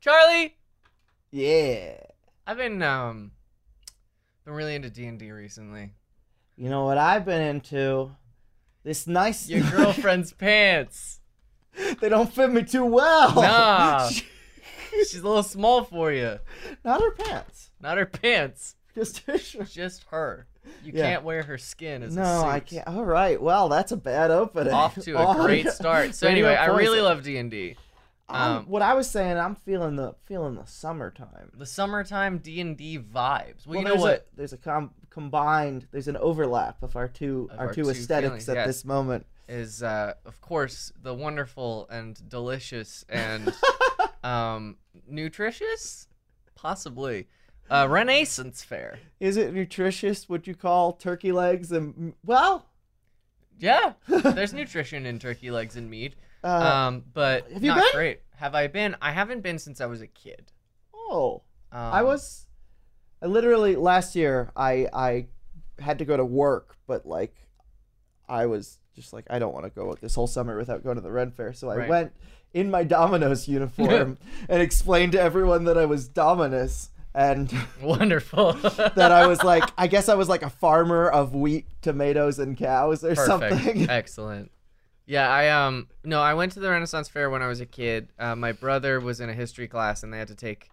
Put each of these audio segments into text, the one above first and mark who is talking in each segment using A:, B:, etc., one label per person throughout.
A: Charlie,
B: Yeah.
A: I've been um been really into D and D recently.
B: You know what I've been into? This nice.
A: Your girlfriend's pants.
B: they don't fit me too well.
A: Nah. She's a little small for you.
B: Not her pants.
A: Not her pants.
B: Just her shirt.
A: Just her. You
B: Yeah.
A: can't wear her skin as a
B: No, I
A: suit.
B: can't. All right. Well, that's a bad opening.
A: Off to a
B: Oh,
A: great
B: yeah.
A: start. So
B: Radio
A: anyway, I really
B: poison.
A: love D and D.
B: I'm-
A: um,
B: what I was saying, I'm feeling the feeling the summertime.
A: The summertime D and D vibes. Well, you know
B: there's
A: what?
B: A, there's a com- combined. There's an overlap of our two
A: Of
B: our,
A: our
B: two
A: two
B: aesthetics
A: feelings,
B: at
A: yes.
B: this moment.
A: Is uh, of course the wonderful and delicious and um, nutritious, possibly uh, Renaissance fair.
B: Is it nutritious? Would you call turkey legs and well?
A: Yeah,
B: uh,
A: there's nutrition in turkey legs and meat. um, but
B: have you
A: not
B: been?
A: great. Have I been? I haven't been since I was a kid.
B: oh,
A: Um,
B: I was. I literally last year I I had to go to work, but like I was just like I don't want to go this whole summer without going to the Ren Fair, so I
A: Right.
B: went in my Dominus uniform and explained to everyone that I was Dominus and.
A: wonderful.
B: that I was like, I guess I was like a farmer of wheat, tomatoes, and cows or
A: Perfect.
B: something.
A: Excellent. Yeah, I um no, I went to the Renaissance Fair when I was a kid. Uh, my brother was in a history class, and they had to take.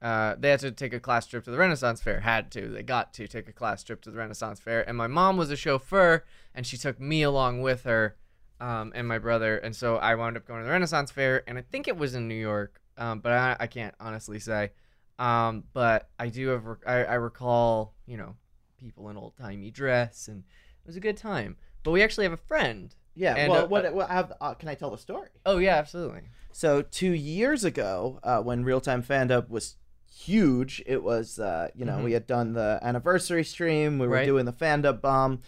A: Uh, they had to take a class trip to the Renaissance Fair. Had to. They got to take a class trip to the Renaissance Fair. And my mom was a chauffeur, and she took me along with her, um, and my brother. And so I wound up going to the Renaissance Fair, and I think it was in New York, um, but I, I can't honestly say. Um, but I do have. rec- I, I recall, you know, people in old timey dress, and it was a good time. But we actually have a friend.
B: Yeah.
A: And,
B: well,
A: uh,
B: what, what I have, uh, can I tell the story?
A: Oh yeah, absolutely.
B: So two years ago, uh, when Real Time Fandub was huge, it was uh, you know
A: Mhm.
B: we had done the anniversary stream, we were
A: Right.
B: doing the Fandub bomb,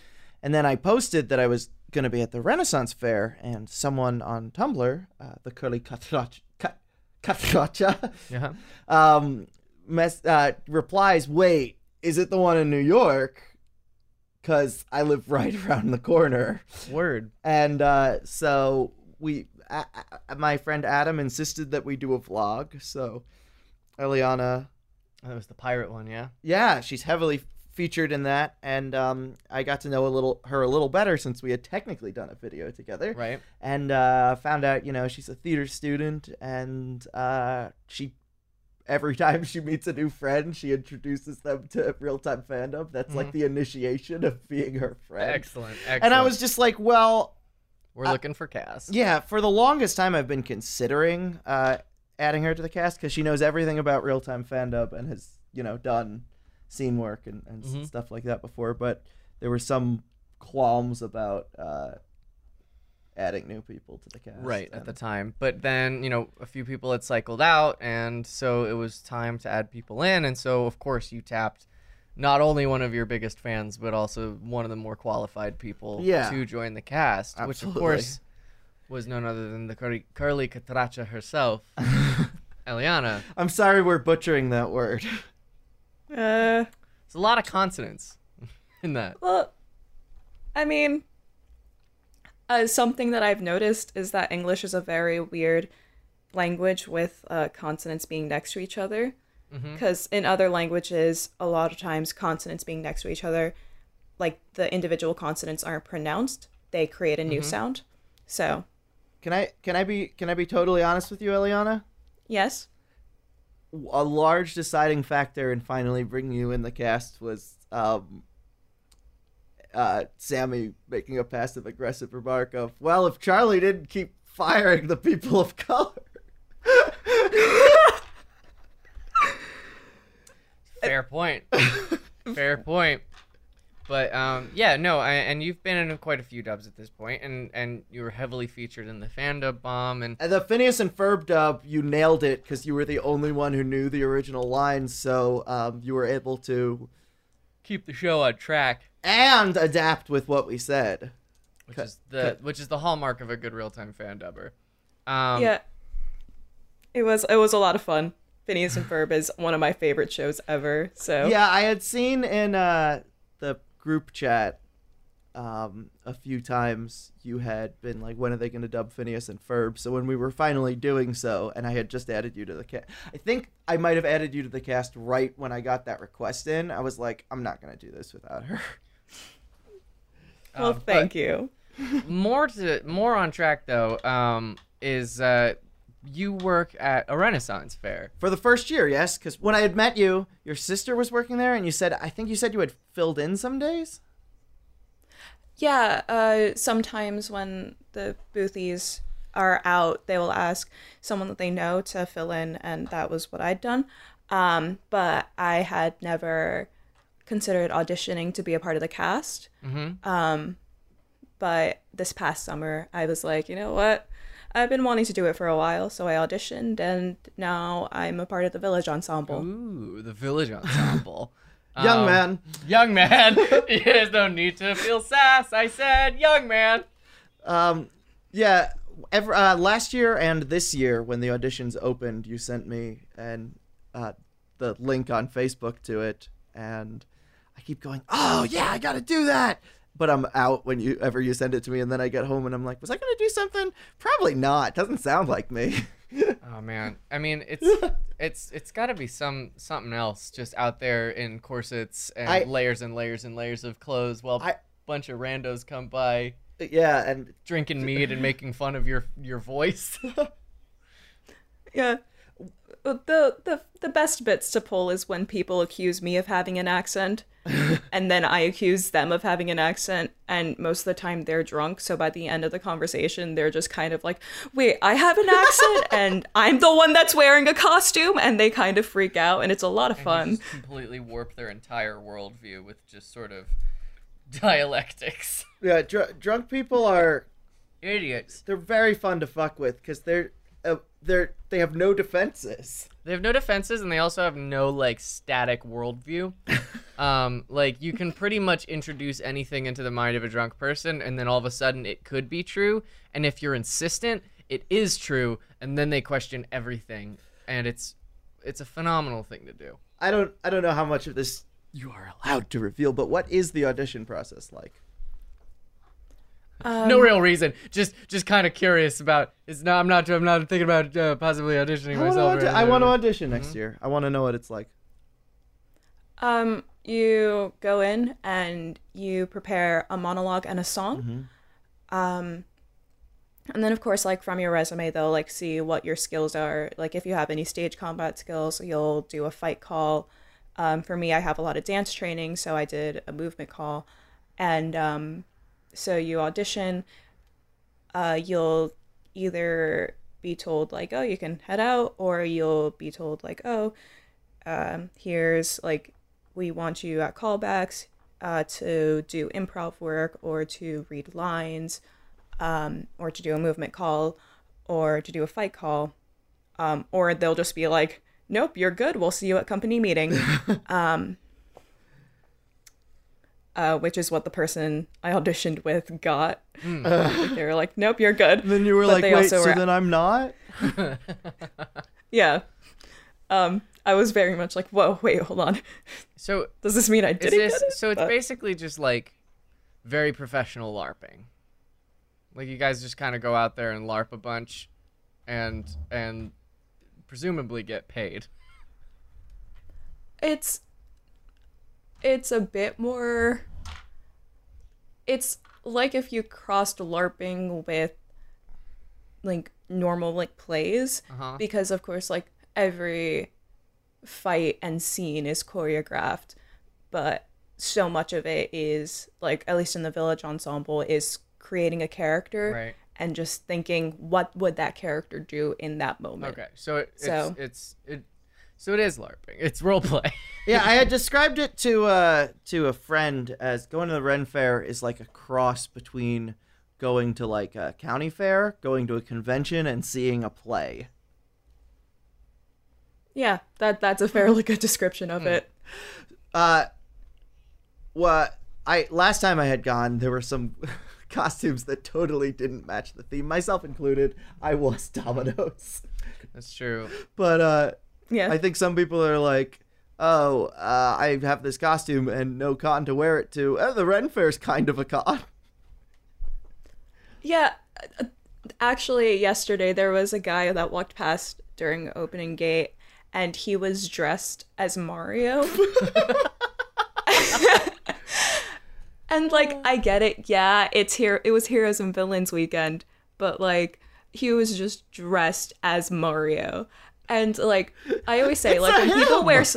B: and then I posted that I was going to be at the Renaissance Fair, and someone on Tumblr, uh, the curly Katracha, Kat- Katracha,
A: Yeah.
B: um, mess, uh, replies, "Wait, is it the one in New York? Because I live right around the corner."
A: Word.
B: And uh, so we, a a- my friend Adam insisted that we do a vlog. So Eliana,
A: That was the pirate one, yeah.
B: yeah, she's heavily featured in that, and um, I got to know a little her a little better since we had technically done a video together
A: Right.
B: and uh, found out you know she's a theater student and uh, she every time she meets a new friend she introduces them to real-time fandom that's like the initiation of being her friend
A: Excellent. Excellent.
B: and Mm-hmm. i was just like well
A: We're looking for cast.
B: yeah for the longest time i've been considering uh, adding her to the cast because she knows everything about real-time fandom and has you know done scene work and, and s-
A: Mhm.
B: stuff like that before but there were some qualms about uh, adding new people to the cast
A: Right at
B: and-
A: the time. But then, you know, a few people had cycled out and so it was time to add people in and so of course you tapped not only one of your biggest fans but also one of the more qualified people
B: Yeah.
A: to join the cast, which of
B: Absolutely.
A: course was none other than the curly, curly Catracha herself, Eliana.
B: I'm sorry we're butchering that word.
C: Uh,
A: It's a lot of consonants in that.
C: well, I mean, uh, something that I've noticed is that English is a very weird language with uh, consonants being next to each other. Because in other languages, a lot of times consonants being next to each other, like the individual consonants aren't pronounced, they create a new sound. So,
B: Can I can I be can I be totally honest with you, Eliana?
C: yes.
B: A large deciding factor in finally bringing you in the cast was um, uh, Sammy making a passive aggressive remark of, "Well, if Charlie didn't keep firing the people of color."
A: Fair point. Fair point. But um, yeah, no, I, and you've been in quite a few dubs at this point, and and you were heavily featured in the fan dub bomb, and
B: And the Phineas and Ferb dub, you nailed it because you were the only one who knew the original lines, so um, you were able to
A: keep the show on track,
B: and adapt with what we said.
A: which
B: Cut-
A: is the which is the hallmark of a good real time fan dubber. Um,
C: yeah. It was it was a lot of fun. Phineas and Ferb is one of my favorite shows ever. So
B: Yeah, I had seen in uh, the group chat um, a few times you had been like, when are they going to dub Phineas and Ferb? So when we were finally doing so, and I had just added you to the cast, I think I might have added you to the cast right when I got that request in. I was like, I'm not going to do this without her.
C: Well,
A: Um,
C: thank you.
A: more to more on track though um, is uh, you work at a Renaissance fair.
B: For the first year, yes, because when I had met you, your sister was working there, and you said, I think you said you had filled in some days.
C: Yeah, uh, sometimes when the boothies are out, they will ask someone that they know to fill in, and that was what I'd done. Um, but I had never considered auditioning to be a part of the cast.
B: Mm-hmm.
A: hmm
C: Um, But this past summer, I was like, you know what? I've been wanting to do it for a while, so I auditioned, and now I'm a part of the village ensemble.
A: Ooh, the Village Ensemble.
B: Young
A: Um,
B: man.
A: Young man. There's no need to feel sass. I said, young man.
B: Um, yeah. Ever uh, last year and this year, when the auditions opened, you sent me and uh, the link on Facebook to it, and I keep going, "Oh yeah, I gotta do that." But I'm out when you ever you send it to me, and then I get home and I'm like, "Was I gonna do something? Probably not. Doesn't sound like me."
A: Oh man. I mean, it's it's it's got to be some something else just out there in corsets and
B: I-
A: layers and layers and layers of clothes while a
B: I-
A: bunch of randos come by
B: yeah, and
A: drinking mead and making fun of your your voice.
C: Yeah. The, the the best bits to pull is when people accuse me of having an accent and then I accuse them of having an accent and most of the time they're drunk so by the end of the conversation they're just kind of like wait I have an accent and I'm the one that's wearing a costume and they kind of freak out and it's a lot of
A: You
C: fun
A: just completely warp their entire worldview with just sort of dialectics.
B: yeah, dr- drunk people are
A: Idiots.
B: they're very fun to fuck with because they're uh, they're they have no defenses.
A: They have no defenses and they also have no like static worldview. um, like you can pretty much introduce anything into the mind of a drunk person and then all of a sudden it could be true. And if you're insistent, it is true, and then they question everything. And it's it's a phenomenal thing to do.
B: I don't I don't know how much of this you are allowed to reveal, but what is the audition process like?
C: Um,
A: no real reason. Just just kind of curious about it's not I'm not I'm not thinking about uh, possibly auditioning
B: I want to
A: myself.
B: audi- I want to audition next year. I want to know what it's like.
C: Um, you go in and you prepare a monologue and a song.
D: Mm-hmm.
C: Um, and then of course, like from your resume, they'll like see what your skills are. Like if you have any stage combat skills, you'll do a fight call. Um, for me, I have a lot of dance training, so I did a movement call, and um, so you audition. Uh, you'll either be told like, oh, you can head out, or you'll be told like, oh, um, here's like we want you at callbacks uh, to do improv work or to read lines um, or to do a movement call or to do a fight call um, or they'll just be like nope you're good we'll see you at company meeting um, uh, which is what the person i auditioned with got they were like nope you're good
B: Hmm. Then you were
C: But
B: like,
C: they
B: wait,
C: also
B: so
C: were-
B: then I'm not.
C: yeah um, i was very much like whoa wait hold on
A: So
C: does this mean i
A: is
C: didn't
A: this
C: get it?
A: so it's
C: But-
A: basically just like very professional larping like you guys just kind of go out there and larp a bunch and and presumably get paid
C: it's it's a bit more it's like if you crossed larping with like normal like plays
A: Uh-huh.
C: because of course like every fight and scene is choreographed but so much of it is like at least in the village ensemble is creating a character
A: Right.
C: and just thinking what would that character do in that moment
A: okay so it, it's
C: So-
A: it's it so it is larping it's role play
B: yeah, I had described it to uh, to a friend as going to the Ren Fair is like a cross between going to like a county fair, going to a convention, and seeing a play.
C: yeah that that's a fairly good description
A: Hmm.
C: of it
B: Uh, well, I last time I had gone, there were some costumes that totally didn't match the theme, myself included. I was Dominoes,
A: that's true
B: but uh,
C: yeah
B: I think some people are like, oh, uh, I have this costume and no con to wear it to. Oh, the Ren Fair's kind of a con.
C: Yeah, uh, actually, yesterday there was a guy that walked past during opening gate, and he was dressed as Mario. and like, I get it. Yeah, it's here. It was Heroes and Villains weekend, but like, he was just dressed as Mario. And like, I always say, like,
B: a
C: when people
B: him.
C: wear. s-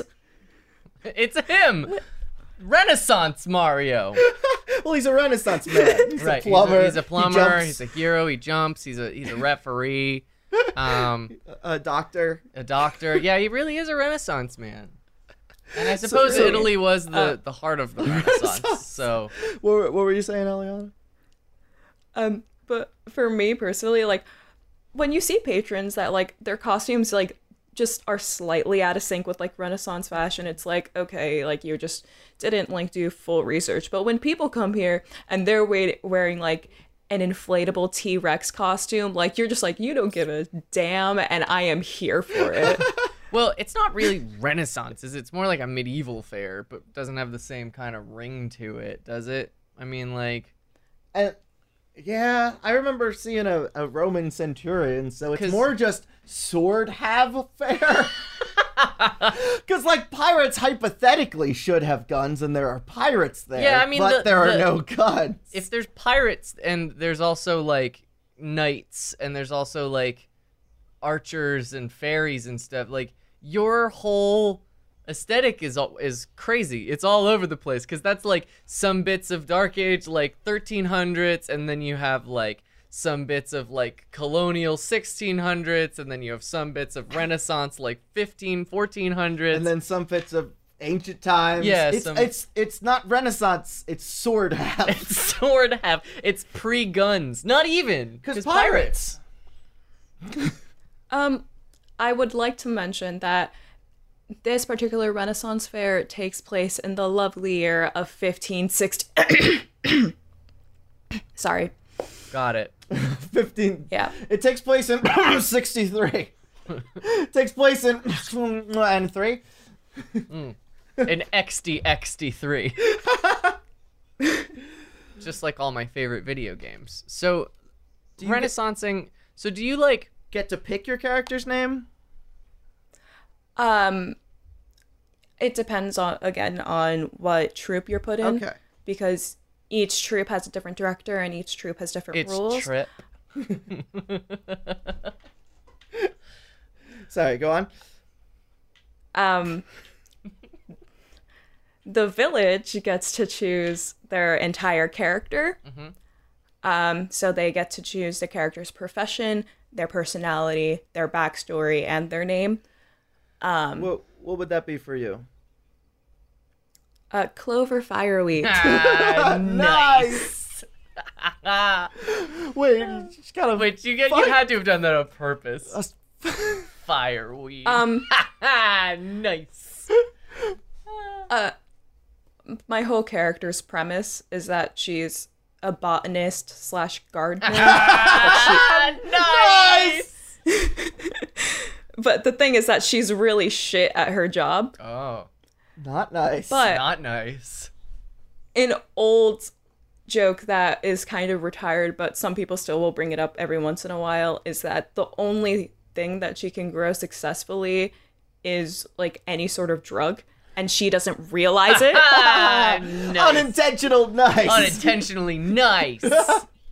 A: It's him, Renaissance Mario.
B: Well, he's a Renaissance man. He's
A: right,
B: a plumber.
A: He's a, he's a
B: He
A: plumber.
B: jumps,
A: he's a hero. He jumps. He's a he's a referee. Um,
C: Uh,
B: a doctor.
A: a doctor. Yeah, he really is a Renaissance man. And I suppose
B: so-
A: Italy was the,
B: uh,
A: the heart of the Renaissance. so
B: What, were- what were you saying, Eliana?
C: Um, but for me personally, like when you see patrons that like their costumes like just are slightly out of sync with like Renaissance fashion, it's like okay, like you just didn't like do full research. But when people come here and they're wait- wearing like an inflatable T Rex costume, like you're just like you don't give a damn, and I am here for it.
A: well, it's not really Renaissance, is it? It's more like a medieval fair, but doesn't have the same kind of ring to it, does it? I mean, like
B: And yeah, I remember seeing a, a Roman centurion, so it's
A: 'Cause-
B: more just sword have affair. Because like pirates hypothetically should have guns, and there are pirates there.
A: Yeah, I mean,
B: but
A: the-
B: there are
A: the-
B: no guns.
A: if there's pirates and there's also like knights and there's also like archers and fairies and stuff like your whole aesthetic is all, is crazy it's all over the place cuz that's like some bits of dark age like 1300s and then you have like some bits of like colonial 1600s and then you have some bits of renaissance like 15 1400s
B: and then some bits of ancient times.
A: Yeah,
B: it's
A: some-
B: it's it's not Renaissance. It's sword have.
A: it's sword have it's pre-guns not even
B: 'Cause pirates.
C: Um, I would like to mention that this particular Renaissance fair takes place in the lovely year of 1560. Sorry.
A: got it
B: Fifteen.
C: Yeah.
B: It takes place in sixty three. takes place in and three.
A: Mm. an XD XD3. Just like all my favorite video games. So,
B: get-
A: renaissancing. So, do you like.
B: Get to pick your character's name.
C: Um, it depends on again on what troop you're put in.
B: Okay.
C: Because each troop has a different director and each troop has different
A: It's
C: rules.
A: trip.
B: Sorry, go on.
C: um the village gets to choose their entire character
A: mm-hmm.
C: um so they get to choose the character's profession their personality their backstory and their name Um,
B: What what would that be for you?
C: uh clover fireweed
A: Ah, nice.
B: Wait, you just gotta
A: Ah. Wait, you, get, you
B: Fuck.
A: had to have done that on purpose.
B: us-
A: Fireweed.
C: um
A: nice.
C: uh, my whole character's premise is that she's a botanist slash gardener
A: Ah, nice.
C: but the thing is that she's really shit at her job
A: Oh,
B: not nice.
C: but
A: not nice.
C: an old joke that is kind of retired, but some people still will bring it up every once in a while is that the only thing that she can grow successfully is like any sort of drug, and she doesn't realize it.
A: Ah, nice.
B: unintentional nice.
A: Unintentionally nice.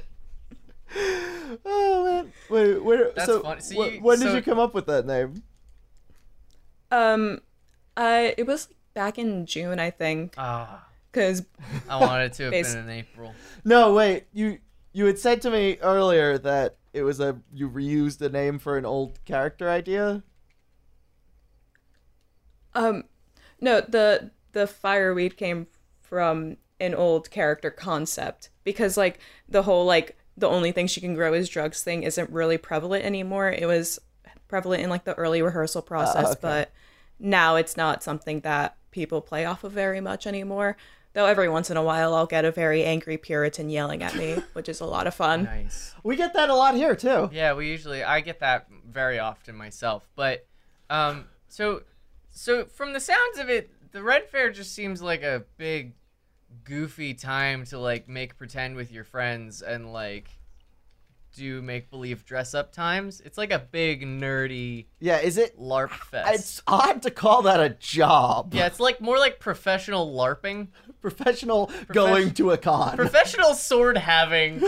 B: oh man. Wait, where
A: That's
B: so,
A: funny. So
B: wh-
A: you-
B: when
A: so-
B: did you come up with that name?
C: um, uh, it was back in June, I think,
A: Ah.
C: because
A: I wanted to have
C: Basi-
A: been in April.
B: No, wait. You you had said to me earlier that it was a you reused a name for an old character idea.
C: um, no, the the fireweed came from an old character concept because like the whole like the only thing she can grow is drugs thing isn't really prevalent anymore. It was prevalent in like the early rehearsal process,
B: Ah, okay.
C: but now it's not something that people play off of very much anymore. Though every once in a while I'll get a very angry Puritan yelling at me, which is a lot of fun.
A: Nice.
B: We get that a lot here too.
A: Yeah, we usually I get that very often myself. But um so So from the sounds of it, the Red Fair just seems like a big goofy time to like make pretend with your friends and like do make believe dress up times. It's like a big nerdy
B: Yeah, is it?
A: LARP fest.
B: It's odd to call that a job.
A: yeah, it's like more like professional LARPing.
B: Professional going to a con.
A: Professional sword having.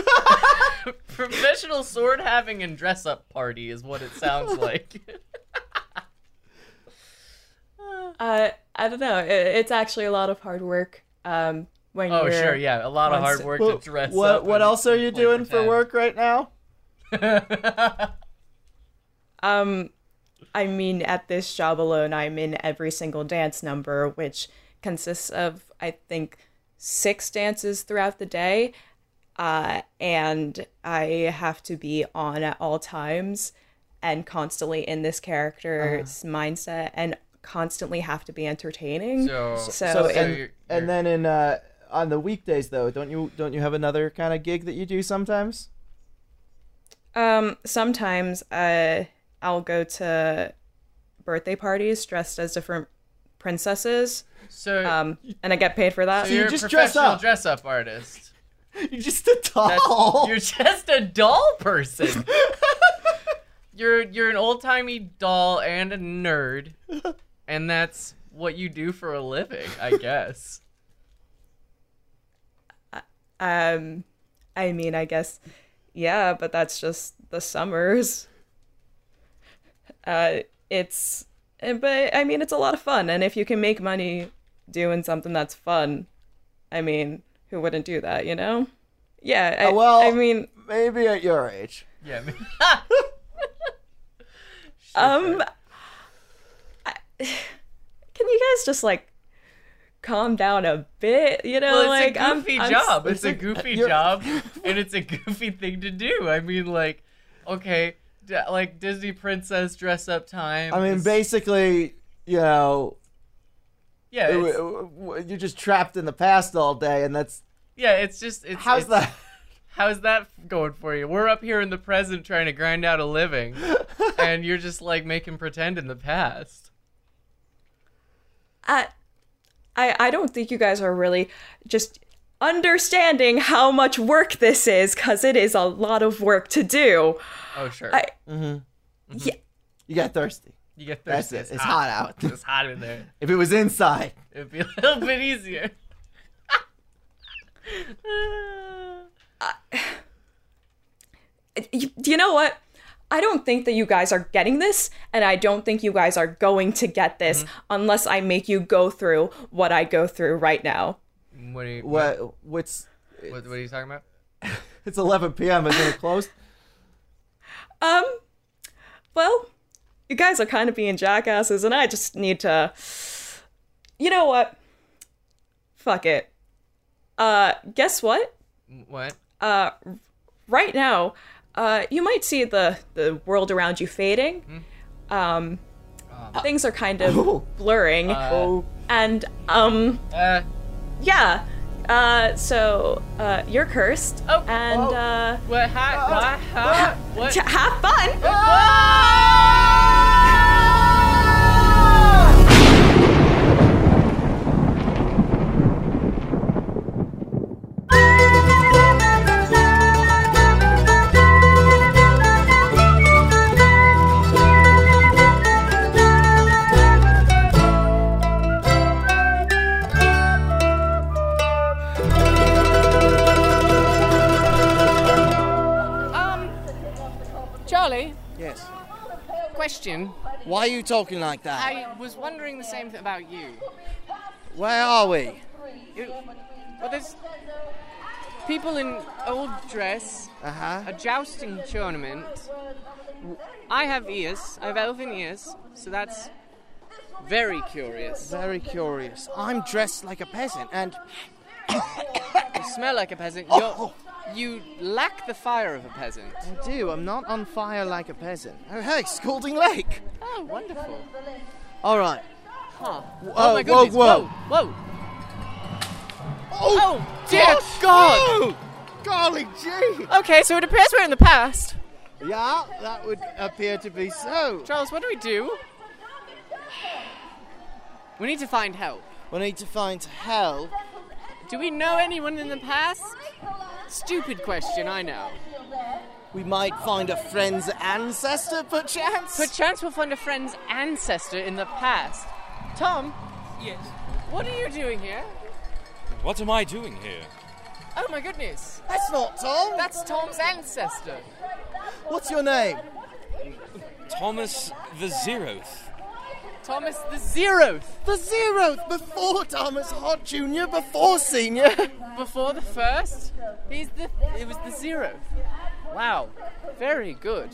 A: professional sword having and dress up party is what it sounds like.
C: Uh, I don't know. It, it's actually a lot of hard work. Um, when
A: oh,
C: you're
A: sure, yeah. A lot of hard
C: Once-
A: work
B: Well,
A: to dress
B: what
A: up.
B: what
A: and
B: else are you
A: play
B: doing for
A: pretend.
B: work right now?
C: Um, I mean, at this job alone, I'm in every single dance number, which consists of, I think, six dances throughout the day. Uh, and I have to be on at all times and constantly in this character's
A: Uh-huh.
C: mindset and constantly have to be entertaining.
A: so,
C: So-
B: So,
C: and-
B: and,
A: you're-
B: and then in uh, on the weekdays though, don't you don't you have another kind of gig that you do sometimes?
C: Um, sometimes uh, I'll go to birthday parties dressed as different princesses.
A: so,
C: Um, and I get paid for that.
A: so you're
B: Uh, just
A: a
B: dress
A: professional
B: up.
A: dress up artist.
B: You're just a
A: That's-
B: doll.
A: You're just a doll person. you're you're an old timey doll and a nerd, and that's what you do for a living, I guess.
C: Um, I mean, I guess, yeah, but that's just the summers. Uh, it's, eh, but I mean, it's a lot of fun, and if you can make money doing something that's fun, I mean, who wouldn't do that, you know? Yeah, I,
B: Uh, well-
C: I mean,
B: Maybe at your age.
A: Yeah. I mean-
C: um, I- can you guys just like calm down a bit? You know,
A: Well, it's
C: like
A: a goofy
C: I'm, I'm,
A: job. it's a
B: like,
A: goofy
B: Uh, you're-
A: job, and it's a goofy thing to do. I mean, like, okay, d- like Disney princess dress up time.
B: I mean,
A: is-
B: basically, you know,
A: yeah,
B: w-
A: it's,
B: w- w- you're just trapped in the past all day, and that's
A: yeah. It's just it's
B: how's
A: it's-
B: that?
A: How's that going for you? We're up here in the present trying to grind out a living, and you're just like making pretend in the past.
C: I, I, I don't think you guys are really just understanding how much work this is, because it is a lot of work to do.
A: Oh sure,
C: I,
B: Mm-hmm. You got thirsty.
A: you get
B: That's
A: thirsty.
B: it. It's hot out.
A: It's hot in there.
B: If it was inside,
A: It'd be a little bit easier.
C: you, do you know what? I don't think that you guys are getting this, and I don't think you guys are going to get this
B: Mm-hmm.
C: unless I make you go through what I go through right now.
A: what, are you, what,
B: what? What's?
A: what? What are you talking about?
B: It's 11 p.m. Isn't it closed?
C: Um, well, you guys are kind of being jackasses, and I just need to. You know what? Fuck it. Uh, guess what?
A: What?
C: Uh, right now, uh, you might see the the world around you fading.
A: Hmm.
C: Um,
A: Ah.
C: things are kind of
B: Oh.
C: blurring,
B: oh,
C: and um,
A: Uh,
C: yeah. Uh, so uh, you're cursed,
A: Oh.
C: and
B: Oh.
C: uh,
A: what? Hot? What?
B: uh,
A: Hot? What?
C: t- have fun.
E: Um, Charlie,
D: Yes.
E: question.
D: Why are you talking like that?
E: I was wondering the same thing about you.
D: Where are we?
E: you well, there's people in old dress,
D: Uh huh.
E: a jousting tournament. I have ears, I have elven ears, so that's very curious.
D: Very curious. I'm dressed like a peasant, and
E: You smell like a peasant.
D: Oh,
E: You're, you lack the fire of a peasant.
D: I do. I'm not on fire like a peasant. Oh hey, Scalding Lake.
E: Oh, wonderful.
D: All right.
E: Huh.
D: Oh,
E: Oh
D: whoa,
E: my goodness.
D: whoa.
E: Whoa. whoa.
D: Oh,
E: dear God.
D: Golly gee!
E: Okay, so it appears we're in the past.
D: Yeah, that would appear to be so.
E: Charles, what do we do?
A: We need to find help.
D: We need to find help.
A: Do we know anyone in the past? Stupid question, I know.
D: We might find a friend's ancestor, perchance.
A: Perchance we'll find a friend's ancestor in the past. Tom? Yes. What are you doing here?
F: What am I doing here?
A: Oh my goodness.
D: That's not Tom.
A: That's Tom's ancestor.
D: What's your name?
F: Thomas the Zeroth.
A: Thomas the Zeroth.
D: The zeroth before Thomas Hot Junior, before Senior.
A: Before the first? He's the it was the zeroth. Wow. Very good.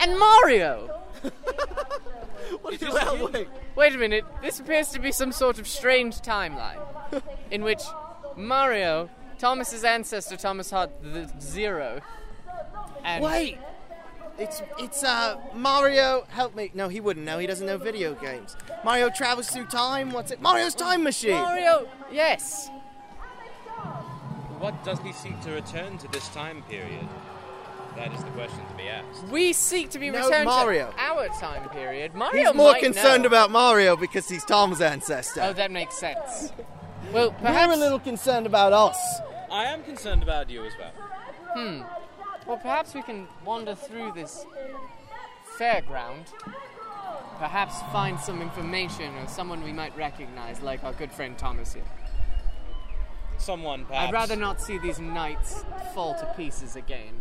A: And Mario!
D: what is well, wait.
A: Wait a minute, this appears to be some sort of strange timeline in which Mario, Thomas's ancestor Thomas Hart the Zero, and
D: Wait. It's it's uh Mario. Help me. No, he wouldn't know. He doesn't know video games. Mario travels through time. What's it? Mario's time machine.
A: Mario, yes,
F: What does he seek to return to this time period? That is the question to be asked.
A: we seek to be
D: No,
A: returned
D: Mario.
A: to our time period. Mario
D: He's more
A: might
D: concerned
A: know.
D: about Mario because he's Tom's ancestor.
A: Oh, that makes sense. Well,
D: We're
A: perhaps
D: a little concerned about us.
F: I am concerned about you as well.
A: Hmm. Well, perhaps we can wander through this fairground. Perhaps find some information or someone we might recognize, like our good friend Thomas here.
F: Someone, perhaps.
A: I'd rather not see these knights fall to pieces again.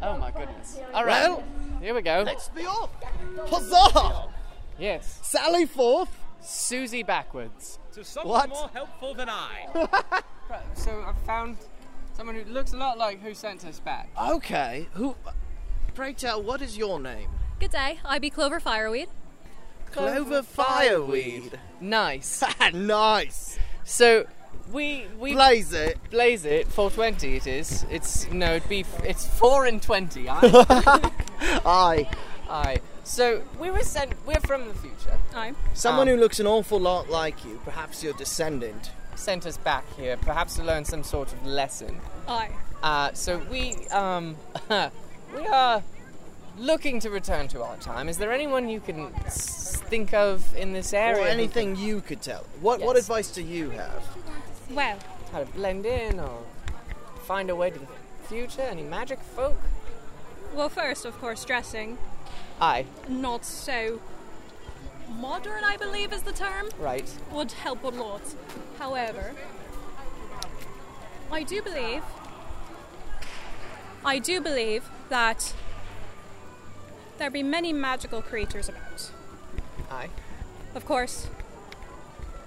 A: Oh my goodness. All right.
D: Well,
A: here we go.
D: Let's be off. Huzzah!
A: Yes.
D: Sally forth.
A: Susie backwards.
F: So someone
D: What?
F: more helpful than I.
A: So I've found someone who looks a lot like who sent us back.
D: Okay. Who? Pray tell, what is your name?
E: Good day. I be Clover Fireweed.
D: Clover Fireweed.
A: Nice.
D: nice.
A: so we we
D: Blaze it.
A: blaze it 420 it is it's no it'd be it's 4 and 20 aye?
D: Aye.
A: aye so we were sent we're from the future aye
D: Someone
A: Um,
D: who looks an awful lot like you, perhaps your descendant.
A: sent us back here perhaps to learn some sort of lesson
E: Aye.
A: uh, so we um we are looking to return to our time is there anyone you can s- think of in this area
D: Or
A: who
D: anything you could tell. What what
A: Yes.
D: advice do you have?
E: Well,
A: can- how to blend in or find a way to the future any magic folk
E: well, first, of course, dressing.
A: aye
E: Not so modern, I believe is the term,
A: right
E: would help a lot. However, I do believe. I do believe that there be many magical creatures about.
A: aye
E: Of course,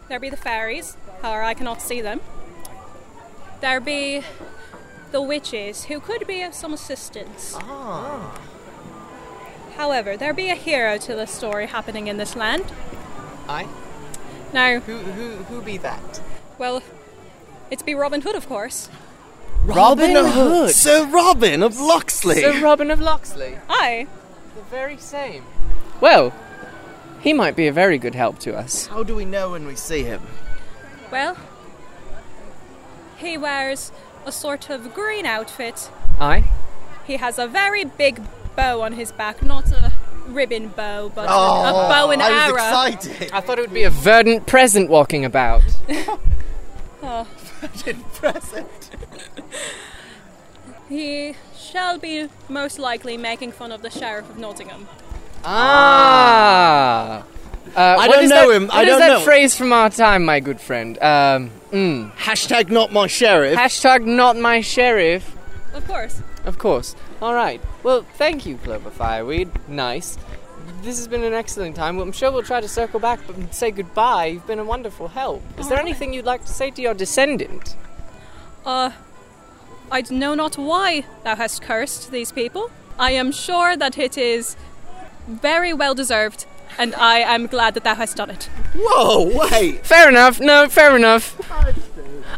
E: there be the fairies, however, I cannot see them. There be the witches, who could be of some assistance.
A: Ah.
E: However, there be a hero to the story happening in this land.
A: aye
E: Now,
A: who who who be that
E: well, it's be Robin Hood, of course.
D: Robin, Hood. Sir Robin of Locksley.
A: So Robin of Locksley,
E: Aye.
A: the very same. Well, he might be a very good help to us.
D: How do we know when we see him?
E: Well, he wears a sort of green outfit.
A: Aye.
E: He has a very big bow on his back, not a ribbon bow, but a bow and
D: Oh, I
E: arrow.
D: was excited.
A: I thought it would be a verdant present walking about.
E: Oh.
D: Present.
E: He shall be most likely making fun of the Sheriff of Nottingham.
A: Ah. Uh, what
D: don't
A: is
D: know
A: that-
D: him, I
A: what is
D: don't
A: that
D: know.
A: phrase from our time, my good friend? Um, mm.
D: Hashtag not my sheriff.
A: Hashtag not my sheriff.
E: Of course.
A: Of course. All right. Well, thank you, Clover Fireweed. Nice. This has been an excellent time. I'm sure we'll try to circle back but say goodbye. You've been a wonderful help. Is there anything you'd like to say to your descendant?
E: Uh, I know not why thou hast cursed these people. I am sure that it is very well deserved, and I am glad that thou hast done it.
D: Whoa, wait.
A: Fair enough. No, fair enough.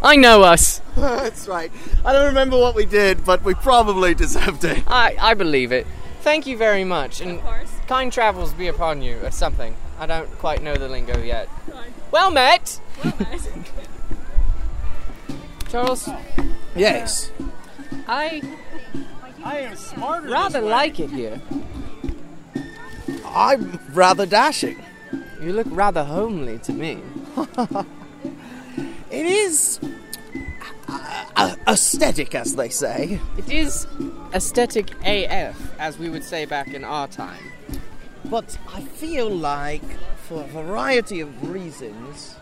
A: I know us.
D: That's right. I don't remember what we did, but we probably deserved it.
A: I, I believe it. Thank you very much, and
E: Of course.
A: kind travels be upon you, or something. I don't quite know the lingo yet. Well met, Charles.
D: Yes.
A: I I am smarter. Rather like it here.
D: I'm rather dashing.
A: You look rather homely to me.
D: It is uh, aesthetic, as they say.
A: It is aesthetic AF, as we would say back in our time.
D: But I feel like, for a variety of reasons,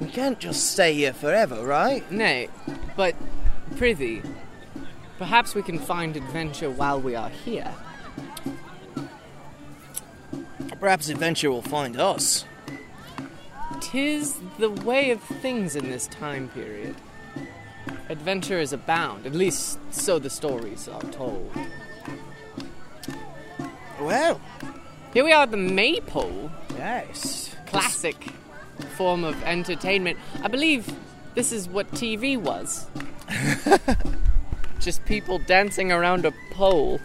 D: we can't just stay here forever, right?
A: Nay, but prithee, perhaps we can find adventure while we are here.
D: Perhaps adventure will find us.
A: Tis the way of things in this time period. Adventure is abound, at least so the stories are told.
D: Well,
A: Here we are at the Maypole,
D: yes.
A: classic form of entertainment. I believe this is what TV was. Just people dancing around a pole.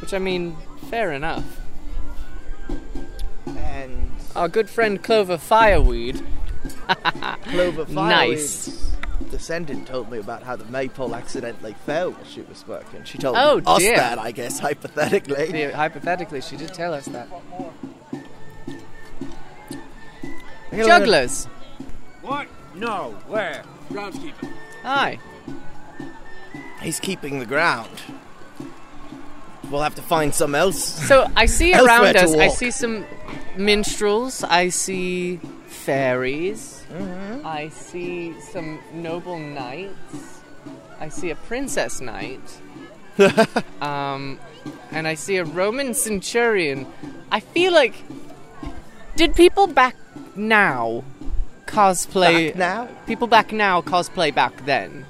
A: Which I mean, fair enough.
D: And
A: Our good friend Clover Fireweed.
D: Clover Fireweed.
A: Nice.
D: Descendant told me about how the maypole accidentally fell while she was working. She told
A: Oh,
D: us
A: dear.
D: that, I guess, hypothetically.
A: Yeah, Hypothetically, she did tell us that. Jugglers!
G: What? No. Where? Groundskeeper.
A: Hi.
D: He's keeping the ground. We'll have to find some else.
A: So I see
D: Elsewhere
A: around
D: to
A: us, I
D: walk.
A: see some minstrels, I see fairies, I see some noble knights, I see a princess knight, um, and I see a Roman centurion. I feel like. Did people back now
D: Back
A: cosplay.
D: now?
A: People back now cosplay back then?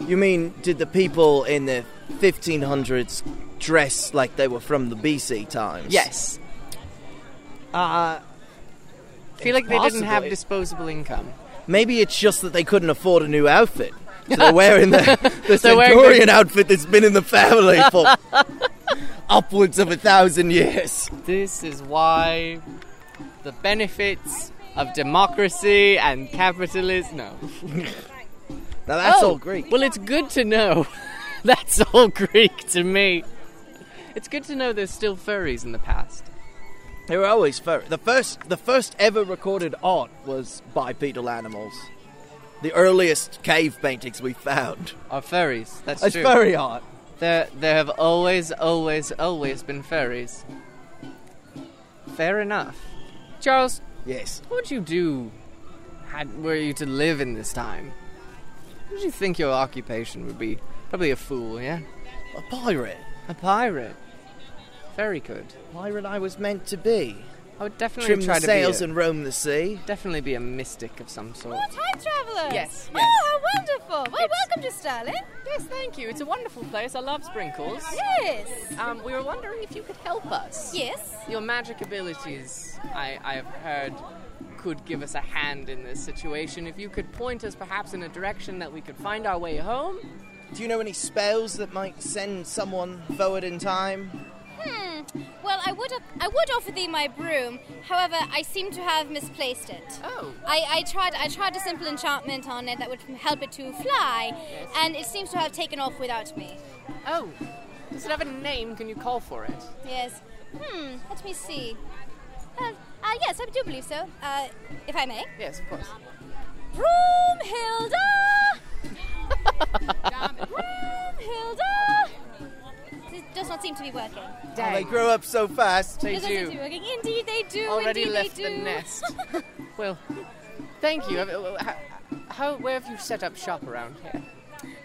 D: You mean, did the people in the 1500s dress like they were from the BC times?
A: Yes.
D: Uh,
A: I feel like they didn't have
D: Possibly.
A: disposable income.
D: maybe it's just that they couldn't afford a new outfit. So they're wearing the, the
A: They're wearing
D: Centurion outfit that's been in the family for upwards of a thousand years.
A: This is why the benefits of democracy and capitalism. No.
D: Now that's
A: Oh,
D: all Greek.
A: Well, it's good to know. That's all Greek to me. It's good to know there's still furries in the past.
D: They were always furry. The first, the first ever recorded art was bipedal animals. The earliest cave paintings we found.
A: Are furries? That's
D: It's
A: true.
D: furry art.
A: There, there have always, always, always been furries. Fair enough. Charles,
D: Yes.
A: what would you do? Had were you to live in this time? What would you think your occupation would be? Probably a fool, yeah.
D: A pirate.
A: A pirate. Very good.
D: Pirate I was meant to be.
A: I would definitely
D: Trim
A: try
D: the
A: to
D: sails
A: be a,
D: and roam the sea.
A: definitely be a mystic of some sort.
H: time travelers!
A: Yes,
H: Oh,
A: yes.
H: how wonderful! Well, welcome to Stirling.
A: Yes, thank you. It's a wonderful place. I love sprinkles.
H: Yes.
A: Um, we were wondering if you could help us.
H: Yes.
A: Your magic abilities, I, I have heard, could give us a hand in this situation. If you could point us perhaps in a direction that we could find our way home.
D: Do you know any spells that might send someone forward in time?
H: Hmm. Well, I would I would offer thee my broom. However, I seem to have misplaced it.
A: Oh.
H: I, I tried I tried a simple enchantment on it that would help it to fly, and it seems to have taken off without me.
A: Oh. Does it have a name? Can you call for it?
H: Yes. Hmm. Let me see. Uh, uh, yes, I do believe so. Uh, if I may.
A: Yes, of course.
H: Broomhilda! Broomhilda! This does not seem to be working.
D: Oh, they grow up so fast.
A: They
H: Does not seem to be
A: do.
H: working. Indeed, they do.
A: Already
H: Indeed,
A: left
H: they
A: the
H: do.
A: nest. Well, thank you. Uh, How, how, where have you set up shop around here?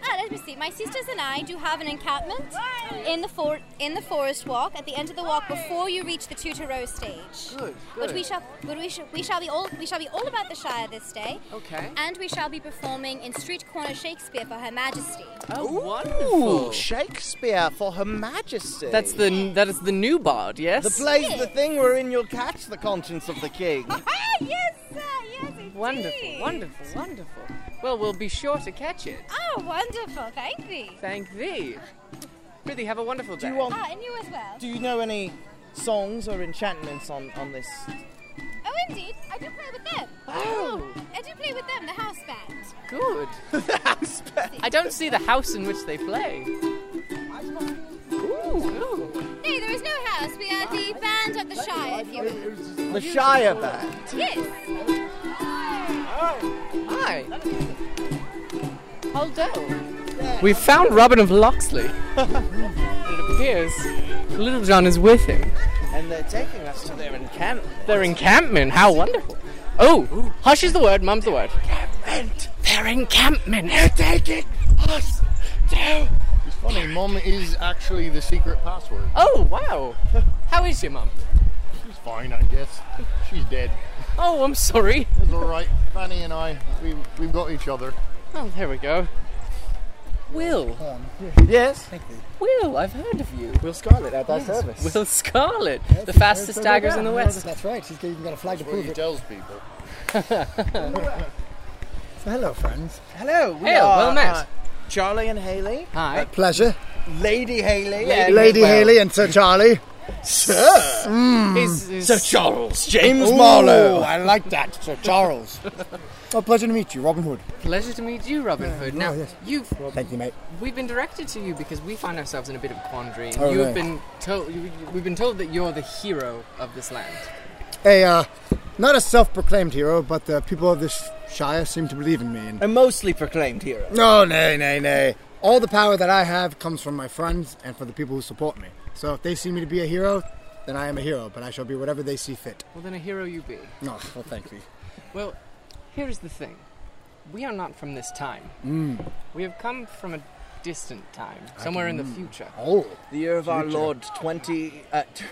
H: Ah, let me see. My sisters and I do have an encampment in the for- in the forest walk at the end of the walk before you reach the Tudor Row stage.
A: Good,
H: But we
A: good.
H: shall, but we shall, we shall be all, we shall be all about the Shire this day.
A: Okay.
H: And we shall be performing in street corner Shakespeare for Her Majesty.
A: Oh,
D: Ooh,
A: wonderful.
D: Shakespeare for Her Majesty.
A: That's the that is the new bard, yes.
D: The play's the thing wherein you'll catch the conscience of the king.
H: Ah, yes, sir, yes, indeed.
A: Wonderful, wonderful, wonderful. Well, we'll be sure to catch it.
H: Oh, wonderful! Thank thee.
A: Thank thee. Really, have a wonderful day.
D: Do you want?
H: Ah, and you as well.
D: Do you know any songs or enchantments on on this?
H: Oh, indeed. I do play with them.
A: Oh,
H: I do play with them, the house band.
A: good. I don't see the house in which they play. Ooh.
H: No, there is no house. We are the band of the Shire, if you will.
B: The Shire Band.
H: Yes.
A: Hi. Aldo. We've found Robin of Locksley. it appears Little John is with him.
D: And they're taking us to their encampment.
A: Their encampment. How wonderful. Oh, hush is the word, mum's the word.
D: encampment.
A: Their encampment.
D: Taking us to.
I: It's funny, Mum is actually the secret password.
A: Oh, wow. How is your mum?
I: She's fine, I guess. She's dead.
A: Oh, I'm sorry.
I: It's all right. Fanny and I, we, we've got each other.
A: Oh, there we go. Will.
D: Yes.
A: Will, I've heard of you.
D: Will Scarlet at thy service.
A: Will Scarlet, the fastest daggers in the West.
J: That's right. He's even got a flag to
I: What
J: prove
I: he
J: it.
I: tells people.
J: So hello, friends.
D: Hello. We
A: Hail,
D: are,
A: well met.
D: uh, Charlie and Haley.
A: Hi.
J: Uh, Pleasure.
D: Lady Haley. and-
J: Lady
D: well,
J: Haley and Sir Charlie. Mm.
A: He's- he's-
D: Sir Charles James
J: Ooh,
D: Marlowe.
J: I like that, Sir Charles. oh, pleasure to meet you, Robin Hood. Oh,
A: Pleasure to meet you, Robin Hood. Now,
J: yes.
A: you've
J: Thank you, mate.
A: we've been directed to you because we find ourselves in a bit of a quandary.
J: Oh,
A: you've
J: no.
A: been told you, we've been told that you're the hero of this land.
J: A uh, not a self-proclaimed hero, but the people of this shire seem to believe in me. And
D: A mostly proclaimed hero.
J: no, nay, nay, nay. All the power that I have comes from my friends and from the people who support me. So if they see me to be a hero, then I am a hero. But I shall be whatever they see fit.
A: Well, then a hero you be.
J: No, well, thank you.
A: Well, here is the thing: we are not from this time.
J: Mm.
A: We have come from a distant time, somewhere in the future.
J: Oh,
D: The year of our Lord 20, uh, t-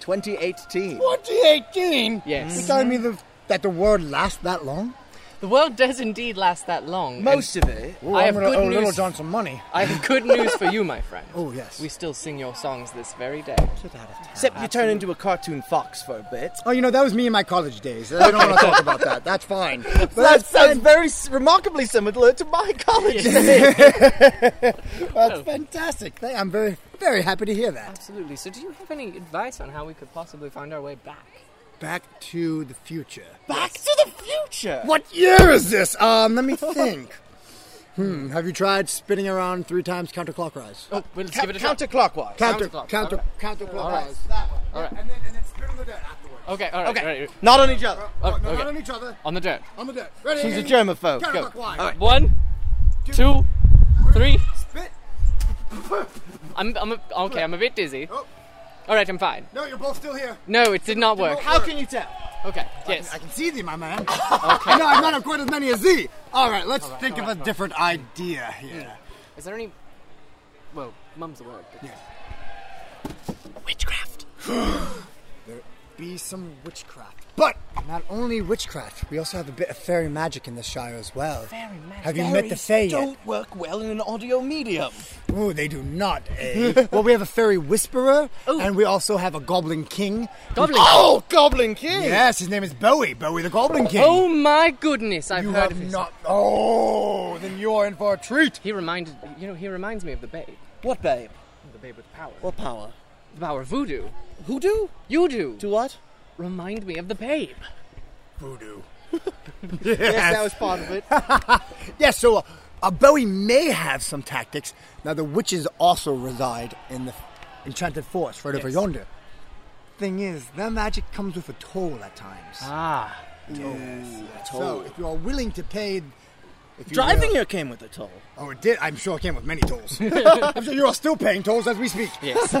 D: 2018.
J: 2018.
A: Yes.
J: You're telling me the, that the world lasts that long?
A: The world does indeed last that long. and
D: Most of it.
J: Ooh,
A: I
J: I'm
A: have
J: gonna
A: good
J: owe Little
A: news.
J: John some money.
A: I have good news for you, my friend.
J: Oh yes.
A: We still sing your songs this very day.
D: Except you turn into a cartoon fox for a bit.
J: Oh, you know that was me in my college days. I don't want to talk about that. That's fine. But
D: That
J: that's
D: sounds very s- remarkably similar to my college.
J: That's fantastic. Thank- I'm very, very happy to hear that.
A: Absolutely. So, do you have any advice on how we could possibly find our way back?
J: Back to the future.
D: Back to the future.
J: What year is this? Um, let me think. Hmm. Have you tried spinning around three times counterclockwise?
A: Oh, well, let's
D: Ca-
A: give it a shot.
D: counterclockwise.
J: Counter,
A: counterclock-
J: counter,
A: okay.
J: counterclockwise.
A: All right.
J: And then, and then spin on the dirt afterwards.
A: Okay. All right.
D: Okay.
A: right, right.
D: Not on each other.
A: Oh,
J: no,
A: okay.
J: not on each other.
A: On the dirt.
J: On the dirt. Ready?
D: She's a germaphobe. Go.
J: Counterclockwise.
A: One, two, three.
J: Spit.
A: I'm, I'm a, okay. I'm a bit dizzy.
J: Oh.
A: All right. I'm fine.
J: No, you're both still here.
A: No, it did not work.
D: How can you tell?
A: Okay. Yes.
J: I can see thee, my man. okay. No, I might have quite as many as thee. All right, let's think of a different idea here.
A: Is there any? Well, mum's the word. but-
J: Witchcraft. there be some witchcraft. But not only witchcraft, we also have a bit of fairy magic in the Shire as well. Fairy magic. Have you met the Fae yet?
D: Don't work well in an audio medium.
J: Oh, they do not, eh? well, we have a fairy whisperer, and we also have a goblin king.
A: Goblin.
D: Oh, Goblin King.
J: Yes, his name is Bowie. Bowie the Goblin King.
A: Oh my goodness! I've
J: you
A: heard
J: have
A: of this.
J: not. Oh, then you are in for a treat.
A: He reminded. You know, he reminds me of the babe.
D: What babe?
A: The babe with power.
D: What power?
A: The power of voodoo.
D: Hoodoo?
A: You do.
D: Do what?
A: Remind me of the babe.
J: Voodoo.
D: Yes, that was part of it.
J: Yes, so uh, uh, Bowie may have some tactics. Now, the witches also reside in the Enchanted Forest right over yonder. Thing is, their magic comes with a toll at times.
A: Ah.
J: yes. So, if you are willing to pay. If you
D: Driving
J: will-
D: here came with a toll.
J: Oh, it did. I'm sure it came with many tolls. I'm sure you are still paying tolls as we speak.
A: Yes.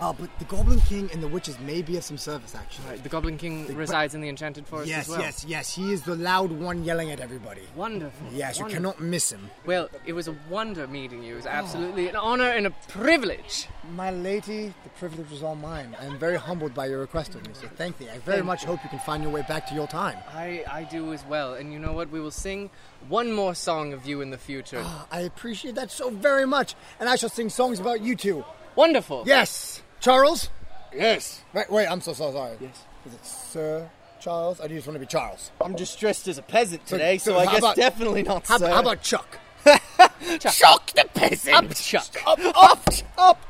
J: Uh, but the Goblin King and the witches may be of some service, actually.
A: the Goblin King resides in the Enchanted Forest
J: Yes,
A: as well.
J: yes, yes. He is the loud one yelling at everybody.
A: Wonderful.
J: Yes, you
A: wonderful.
J: cannot miss him.
A: Well, it was a wonder meeting you. It was
J: Oh.
A: absolutely an honor and a privilege.
J: My lady, the privilege was all mine. I am very humbled by your request of me, so thank thee. I very much hope you can find your way back to your time.
A: I, I do as well. And you know what? We will sing one more song of you in the future.
J: I appreciate that so very much, and I shall sing songs about you two.
A: Wonderful.
J: Yes, Charles.
I: Yes.
J: Right, wait, I'm so, so sorry. Yes, is it Sir Charles? I do you just want to be Charles?
D: I'm just dressed as a peasant today, so,
J: so
D: I
J: how
D: guess
J: about-
D: definitely not
J: How,
D: sir.
J: how about Chuck?
D: Chuck the peasant?
A: Up, Chuck.
J: up, up, up,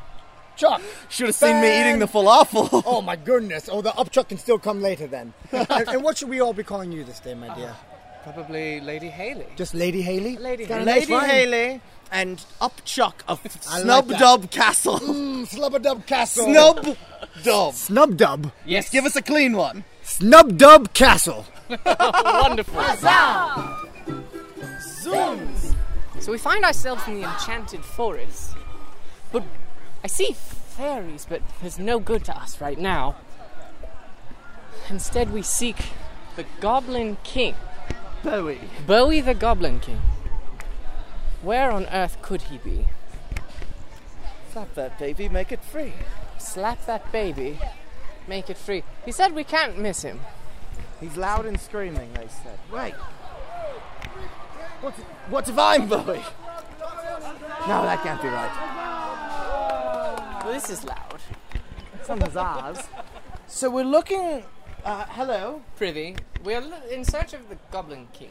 J: Chuck.
D: Should have seen me eating the
J: Fan-
D: falafel.
J: Oh my goodness! Oh, the up Chuck can still come later then. and, and what should we all be calling you this day, my dear?
A: Probably Lady Haley.
J: Just Lady Haley.
A: Lady
J: It's got a
A: Haley.
J: nice
D: Lady
J: rhyme.
D: Haley, and upchuck of
I: I
D: Snub
I: like that.
D: Dub Castle.
I: Mm, Snub Dub Castle.
D: Snub Dub.
J: Snub Dub.
D: Yes. Give us a clean one.
J: Snub Dub Castle.
A: Wonderful.
D: Zooms.
A: So we find ourselves in the enchanted forest. But I see fairies, but there's no good to us right now. Instead, we seek the Goblin King.
D: Bowie.
A: Bowie the Goblin King. Where on earth could he be?
D: Slap that baby, make it free.
A: Slap that baby, make it free. He said we can't miss him.
D: He's loud and screaming, they said. Wait. What, what if I'm Bowie? No, that can't be right.
A: Well, this is loud.
D: Someone's ours. So we're looking. Uh, hello.
A: Prithee, we're l- in search of the Goblin King.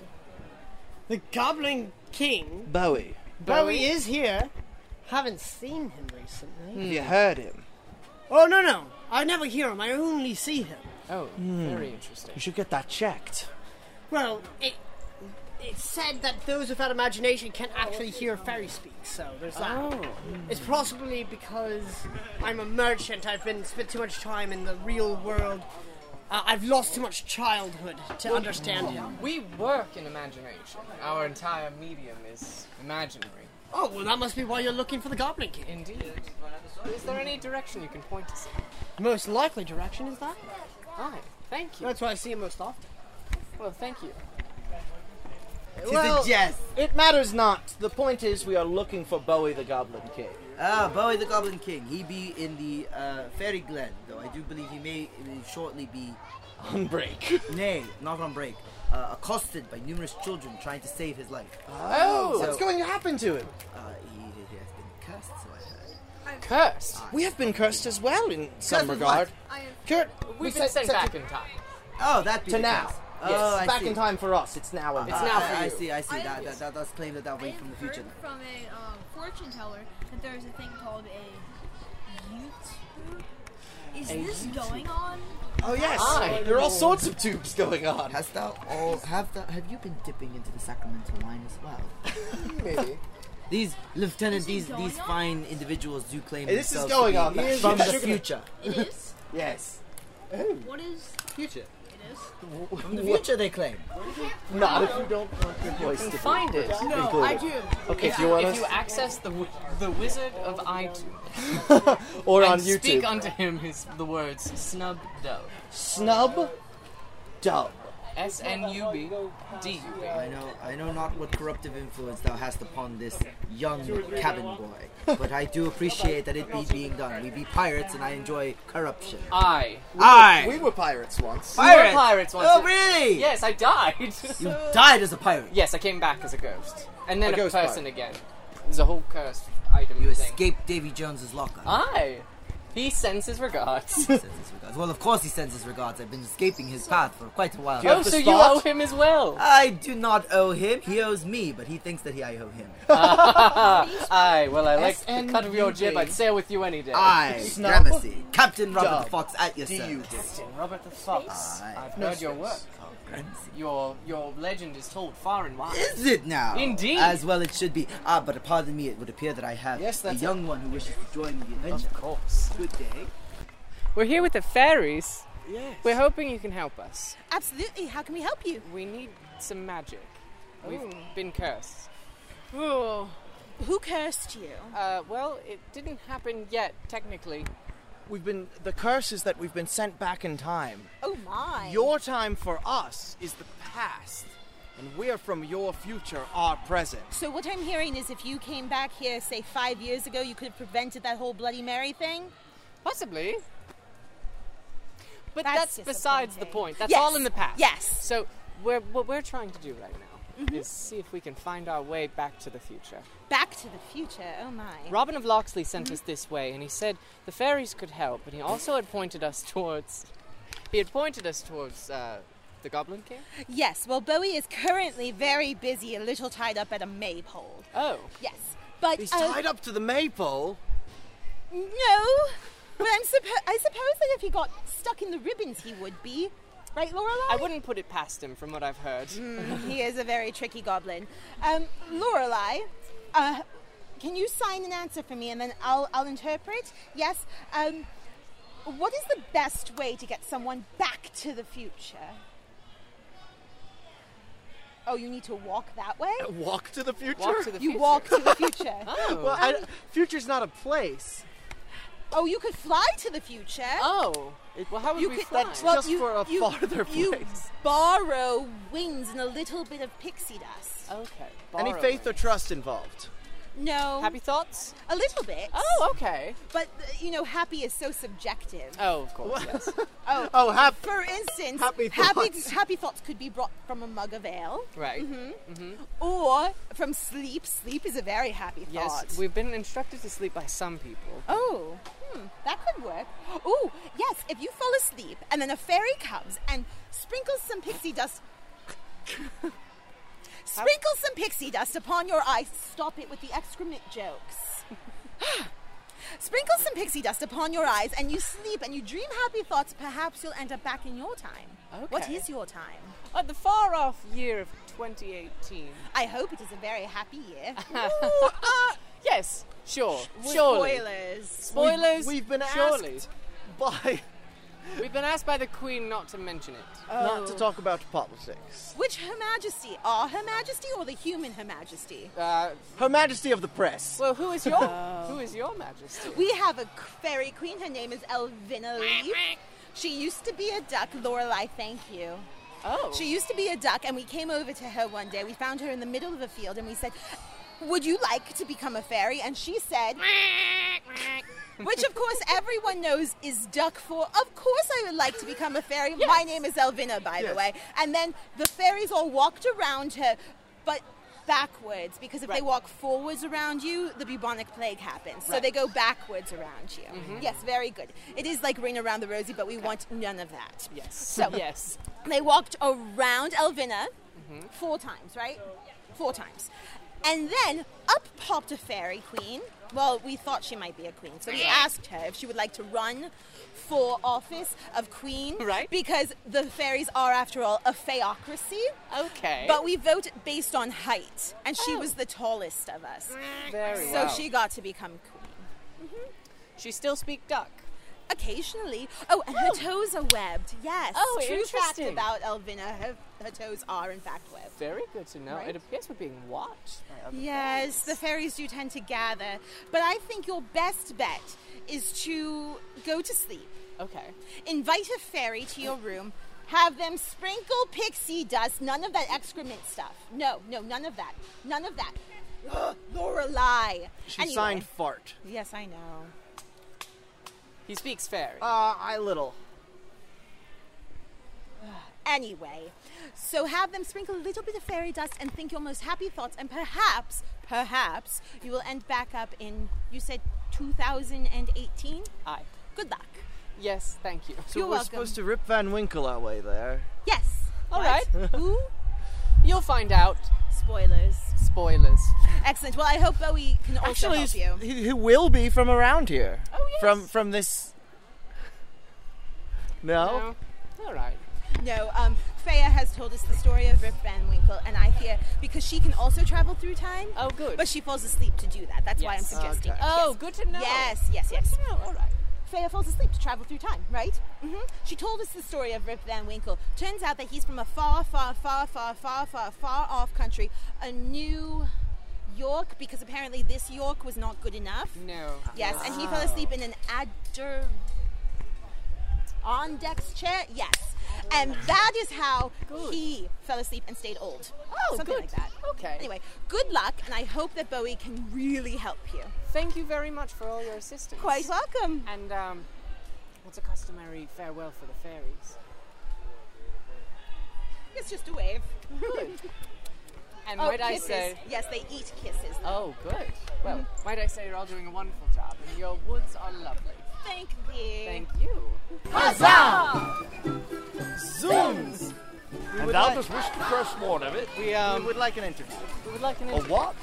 K: The Goblin King.
D: Bowie. Hmm.
K: Bowie is here. Haven't seen him recently.
D: Have you heard him?
K: Oh no no! I never hear him. I only see him.
A: Oh,
D: Hmm.
A: very interesting.
D: You should get that checked.
K: Well, it it's said that those without imagination can actually hear fairy speak. So there's that.
D: Oh.
K: It's possibly because I'm a merchant. I've been spent too much time in the real world. Uh, I've lost too much childhood to
D: Hmm.
K: understand him.
A: We work in imagination. Our entire medium is imaginary.
K: Oh well, that must be why you're looking for the Goblin King.
A: Indeed. Is there any direction you can point us in?
K: Most likely direction is that.
A: Aye, thank you.
K: That's why I see him most often.
A: Well, thank you.
D: well, It matters not. The point is, we are looking for Bowie the Goblin King.
L: Ah, Bowie the Goblin King. He be in the uh, Fairy Glen, though I do believe he may uh, shortly be
D: on break.
L: Nay, not on break. Uh, accosted by numerous children trying to save his life.
D: Oh, what's going to happen to him?
L: Uh, he, he has been cursed, so I heard.
A: Cursed.
D: We have been cursed as well in some
L: with
D: regard.
L: what? I am-
D: Cur-
A: We've
D: we
A: been
D: said-
A: sent
D: said
A: back
D: to-
A: in time.
L: Oh, that be
D: to
L: the
D: now.
L: case.
D: Yes,
L: Oh, I
D: back
L: see.
D: in time for us. It's now. and
L: Ah,
D: now
L: I,
D: for
L: I
D: you.
L: see, I see.
M: I
L: that,
M: am-
L: that, that does claim that that way from the future.
M: heard from a um, fortune teller that there's a thing called a YouTube. Is
L: A
M: this
L: YouTube?
M: going on?
L: Oh yes,
M: Aye.
D: There are all sorts of tubes going on.
L: Has thou all have thou, have you been dipping into the Sacramento wine as well?
D: Maybe.
L: These
D: Is
L: lieutenant,
D: it
L: these
D: going
L: these
D: on?
L: fine individuals do claim
D: This is going
L: themselves to
D: on.
L: be
D: Yes.
L: from the
D: Yes.
L: future.
M: It is.
D: Yes. Oh.
M: What is?
L: Future.
M: It is.
L: From the future, they claim.
D: Not if you don't want your voice
A: You
D: to
A: can find
D: be
A: it.
D: included. Okay,
A: if
D: if you want
A: if
D: us,
A: you access the wi- the Wizard of iTunes
D: or
A: and
D: on YouTube,
A: speak unto him his the words snub dub.
D: snub, dub.
A: S N U B D U B.
L: I know, I know not what corruptive influence thou hast upon this young cabin boy, but I do appreciate that it be being done. We be pirates, and I enjoy corruption.
A: I.
L: Aye.
D: We were pirates once.
L: Pirates?
A: pirates once.
L: Oh, really?
A: Yes, I died.
L: You died as a pirate.
A: Yes, I came back as a ghost. And then
L: A
A: a,
L: ghost
A: person
L: pirate.
A: again. There's a whole cursed item
L: You
A: thing.
L: escaped Davy Jones's locker.
A: Aye. He sends his regards.
L: Regards. Well, of course he sends his regards. I've been escaping his path for quite a while.
A: oh, so you owe him as well.
L: I do not owe him. He owes me, but he thinks that he I owe him.
A: Aye, well, I like the cut of your jib. I'd sail with you any day.
L: I,
A: Snub
L: Gramercy, Captain Robert the
A: Dub.
L: Fox, at your
A: Do you,
L: service.
A: Captain Robert the Fox. I've
L: No
A: heard your
L: space.
A: work. Your your legend is told far and wide.
L: Is it now?
A: Indeed.
L: As well it should be. Ah, but pardon me, it would appear that I have
A: Yes,
L: a
A: that's
L: young one who wishes to join the adventure.
A: Of course.
L: Good day.
A: We're here with the fairies.
D: Yes.
A: We're hoping you can help us.
N: Absolutely. How can we help you?
A: We need some magic. We've been cursed.
N: Who cursed you?
A: Uh, well, it didn't happen yet, technically.
D: We've been the curse is that we've been sent back in time.
N: Oh my.
D: Your time for us is the past, and we're from your future, our present.
N: So what I'm hearing is if you came back here, say five years ago, you could have prevented that whole Bloody Mary thing.
A: Possibly. But
N: That's
A: that's, besides the point. That's
N: Yes.
A: all in the past.
N: Yes. Mm-hmm.
A: So we're, what we're trying to do right now is see if we can find our way back to the future.
N: Back to the future. Oh my.
A: Robin of Locksley sent us this way, and he said the fairies could help, and he also had pointed us towards. He had pointed us towards uh, the Goblin King.
N: Yes. Well, Bowie is currently very busy, a little tied up at a maypole.
A: Oh.
N: Yes. But
D: He's
N: uh,
D: tied up to the maypole.
N: No. But I'm suppo- I suppose that if he got stuck in the ribbons, he would be. Right, Lorelai?
A: I wouldn't put it past him, from what
N: Hmm.
A: I've heard.
N: Mm, he is a very tricky goblin. Um, Lorelei, uh, Can you sign an answer for me and then I'll, I'll interpret? Yes? Um, what is the best way to get someone back to the future? Oh, you need to walk that way?
A: Uh,
D: Walk to the future.
N: Walk to the You future. walk to the future.
D: oh. Well, I, future's not a place.
N: Oh, you could fly to the future.
A: Oh, well, how would
N: you
A: we
N: could,
A: fly?
D: That's just for a farther
N: you
D: place.
N: borrow wings and a little bit of pixie dust.
A: Okay.
D: Any faith or trust involved?
N: No.
A: Happy thoughts?
N: A little bit.
A: Oh, okay.
N: But uh, you know, happy is so subjective.
A: Oh, of course, yes.
N: Oh,
D: oh, hap-
N: For instance,
D: happy
N: happy,
D: thoughts.
N: happy thoughts could be brought from a mug of ale,
A: Right.
N: hmm
A: Mm-hmm.
N: Or from sleep. Sleep is a very happy
A: Yes,
N: thought.
A: we've been instructed to sleep by some people.
N: Oh, hmm, that could work. Oh, yes, if you fall asleep and then a fairy comes and sprinkles some pixie dust. sprinkles some pixie dust upon your eyes. Stop it with the excrement jokes. sprinkle some pixie dust upon your eyes and you sleep and you dream happy thoughts. Perhaps you'll end up back in your time. What
A: Okay.
N: is your time?
A: At the far off year of 2018.
N: I hope it is a very happy year.
A: yes, sure,
N: With
A: surely.
N: spoilers.
A: Spoilers.
N: We've- we've been
A: surely.
N: asked
D: by.
A: We've been asked by the Queen not to mention it.
N: Oh.
D: Not to talk about politics.
N: Which Her Majesty? Our Her Majesty or the human Her Majesty?
A: Uh,
D: Her Majesty of the Press.
A: Well, who is your
N: Oh.
A: who is your Majesty?
N: We have a fairy queen. Her name is Elvina Leaf. She used to be a duck, Lorelei. Thank you.
A: Oh.
N: She used to be a duck, and we came over to her one day. We found her in the middle of a field, and we said, "Would you like to become a fairy?" And she said, which of course everyone knows is duck for. Of course, I would like to become a fairy. My name is Elvina, by the
A: Yes.
N: way. And then the fairies all walked around her, but backwards because if they walk forwards around you, the bubonic plague happens. So
A: Right.
N: they go backwards around you.
A: Mhm.
N: Yes, very good. It is like rain around the rosy, but we want none of that.
A: Yes.
N: So
A: yes.
N: they walked around Elvina
A: Mhm.
N: four times, right? Four times. And then up popped a fairy queen. Well, we thought she might be a queen, so we asked her if she would like to run for office of queen. Right. Because the fairies are, after all, a theocracy.
A: Okay. Oh.
N: But we vote based on height, and she was the tallest of us.
A: Very
N: so
A: well. Mm-hmm.
N: she got to become queen.
A: She still speak duck.
N: Occasionally. Oh, and her toes are webbed. Yes.
A: Oh,
N: True fact
A: interesting.
N: about Elvina, her, her toes are in fact webbed.
A: Very good to know.
N: Right?
A: It appears we're being watched. by other
N: Yes, the fairies do tend to gather, but I think your best bet is to go to sleep.
A: Okay.
N: Invite a fairy to your room. Have them sprinkle pixie dust. None of that excrement stuff. No, no, none of that. None of that. Lorelei.
D: She
N: Anyway.
D: signed fart.
N: Yes, I know.
A: He speaks fairy.
D: Uh, I little.
N: Anyway, so have them sprinkle a little bit of fairy dust and think your most happy thoughts, and perhaps, perhaps you will end back up in, you said 2018?
A: Aye.
N: Good luck.
A: Yes, thank you.
D: So
N: You're
D: we're
N: welcome.
D: supposed to rip Van Winkle our way there.
N: Yes.
A: All right.
N: Who?
A: You'll find out.
N: Spoilers.
A: Spoilers.
N: Excellent. Well, I hope Bowie can also
D: Actually,
N: help you.
D: he's- he, he will be from around here.
N: Oh, yes.
D: From from this. No.
A: All right.
N: No, um, Freya has told us the story of Rip Van Winkle, and I fear because she can also travel through time.
A: Oh, good.
N: But she falls asleep to do that. That's why I'm
A: Yes.
N: suggesting.
A: Okay.
N: it.
A: Oh,
N: Yes.
A: good to know.
N: Yes, yes, yes. All right. Freya falls asleep to travel through time, right? hmm She told us the story of Rip Van Winkle. Turns out that he's from a far, far, far, far, far, far, far off country, a New York, because apparently this York was not good enough.
A: No.
N: Yes, and he fell asleep in an adder on deck's chair. Yes, and that is how he fell asleep and stayed old.
A: Oh,
N: something
A: good.
N: like that.
A: Okay.
N: Anyway, good luck, and I hope that Bowie can really help you.
A: Thank you very much for all your assistance.
N: Quite welcome.
A: And um, what's a customary farewell for the fairies?
N: It's just a wave.
A: And
N: oh,
A: might I
N: kisses.
A: say-
N: Yes, they eat kisses.
A: Oh, good. Well, might I say you're all doing a wonderful job, and your woods are lovely.
N: Thank thee.
A: Thank you.
N: Huzzah!
D: Zooms! We
I: And
D: would
I: thou
D: like-
I: dost wish to press one of it.
A: We, um,
D: we would like an interview.
A: We would like an
I: A what?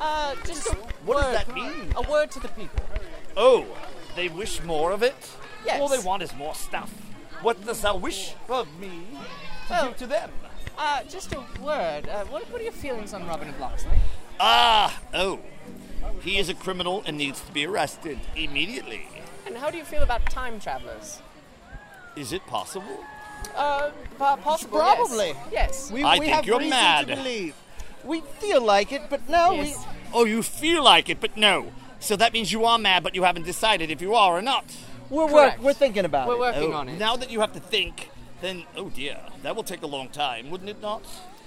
A: Uh, just a
I: What
A: word.
I: does that mean?
A: A word to the people.
O: Oh, they wish more of it?
A: Yes.
O: All they want is more stuff. What does thou wish of me to
A: Well-
O: give to them?
A: Oh. Uh, just a word. Uh, what, what are your feelings on Robin of Locksley?
O: Ah, oh. He is a criminal and needs to be arrested immediately.
A: And how do you feel about time travelers?
O: Is it possible?
A: Uh, po- possible. yes.
D: Probably.
A: Yes.
D: We,
O: I
D: we
O: think
D: have
O: you're
D: reason
O: mad.
D: To believe. We feel like it, but no.
O: Yes. Oh, you feel like it, but no. So that means you are mad, but you haven't decided if you are or not.
D: We, we're,
O: Correct.
D: work, we're thinking about it.
O: Oh, Now that you have to think, then oh dear, that will take a long time, wouldn't it not?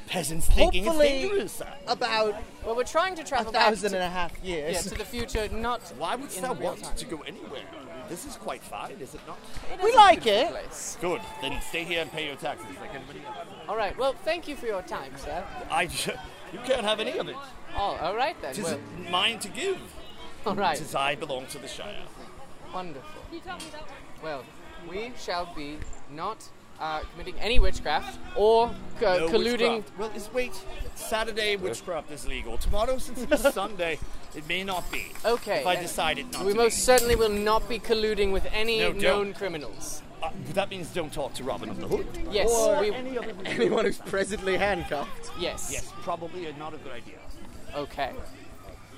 O: Peasants thinking it's
D: Hopefully-
O: dangerous.
D: About
A: Well, we're trying to travel
D: thousand
A: back to,
D: and a half years.
A: Yeah, to the future, not.
O: Why would
A: in
O: Sir
A: real
O: want
A: time.
O: to go anywhere? This is quite fine, is it not?
A: It is a beautiful place.
O: Good. Then stay here and pay your taxes like anybody else.
A: All right. Well, thank you for your time, sir.
O: I, you can't have any of it.
A: Oh, all right then.
O: Tis
A: Well,
O: mine to give.
A: All right.
O: Tis I belong to the Shire.
A: wonderful. Well, we shall be not uh, committing any witchcraft or c-
O: No
A: Uh, colluding.
O: witchcraft. Well, is, wait. Saturday witchcraft is legal. Tomorrow, since it is Sunday, it may not be.
A: Okay.
O: If I
A: then
O: decide it not
A: we
O: to
A: most
O: be.
A: certainly will not be colluding with any
O: No, don't.
A: known criminals.
O: Uh, that means don't talk to Robin of the Hood.
A: Yes.
O: Or
A: we,
O: any other
D: Anyone who's presently handcuffed.
A: Yes.
O: Yes, probably a- not a good idea.
A: Okay.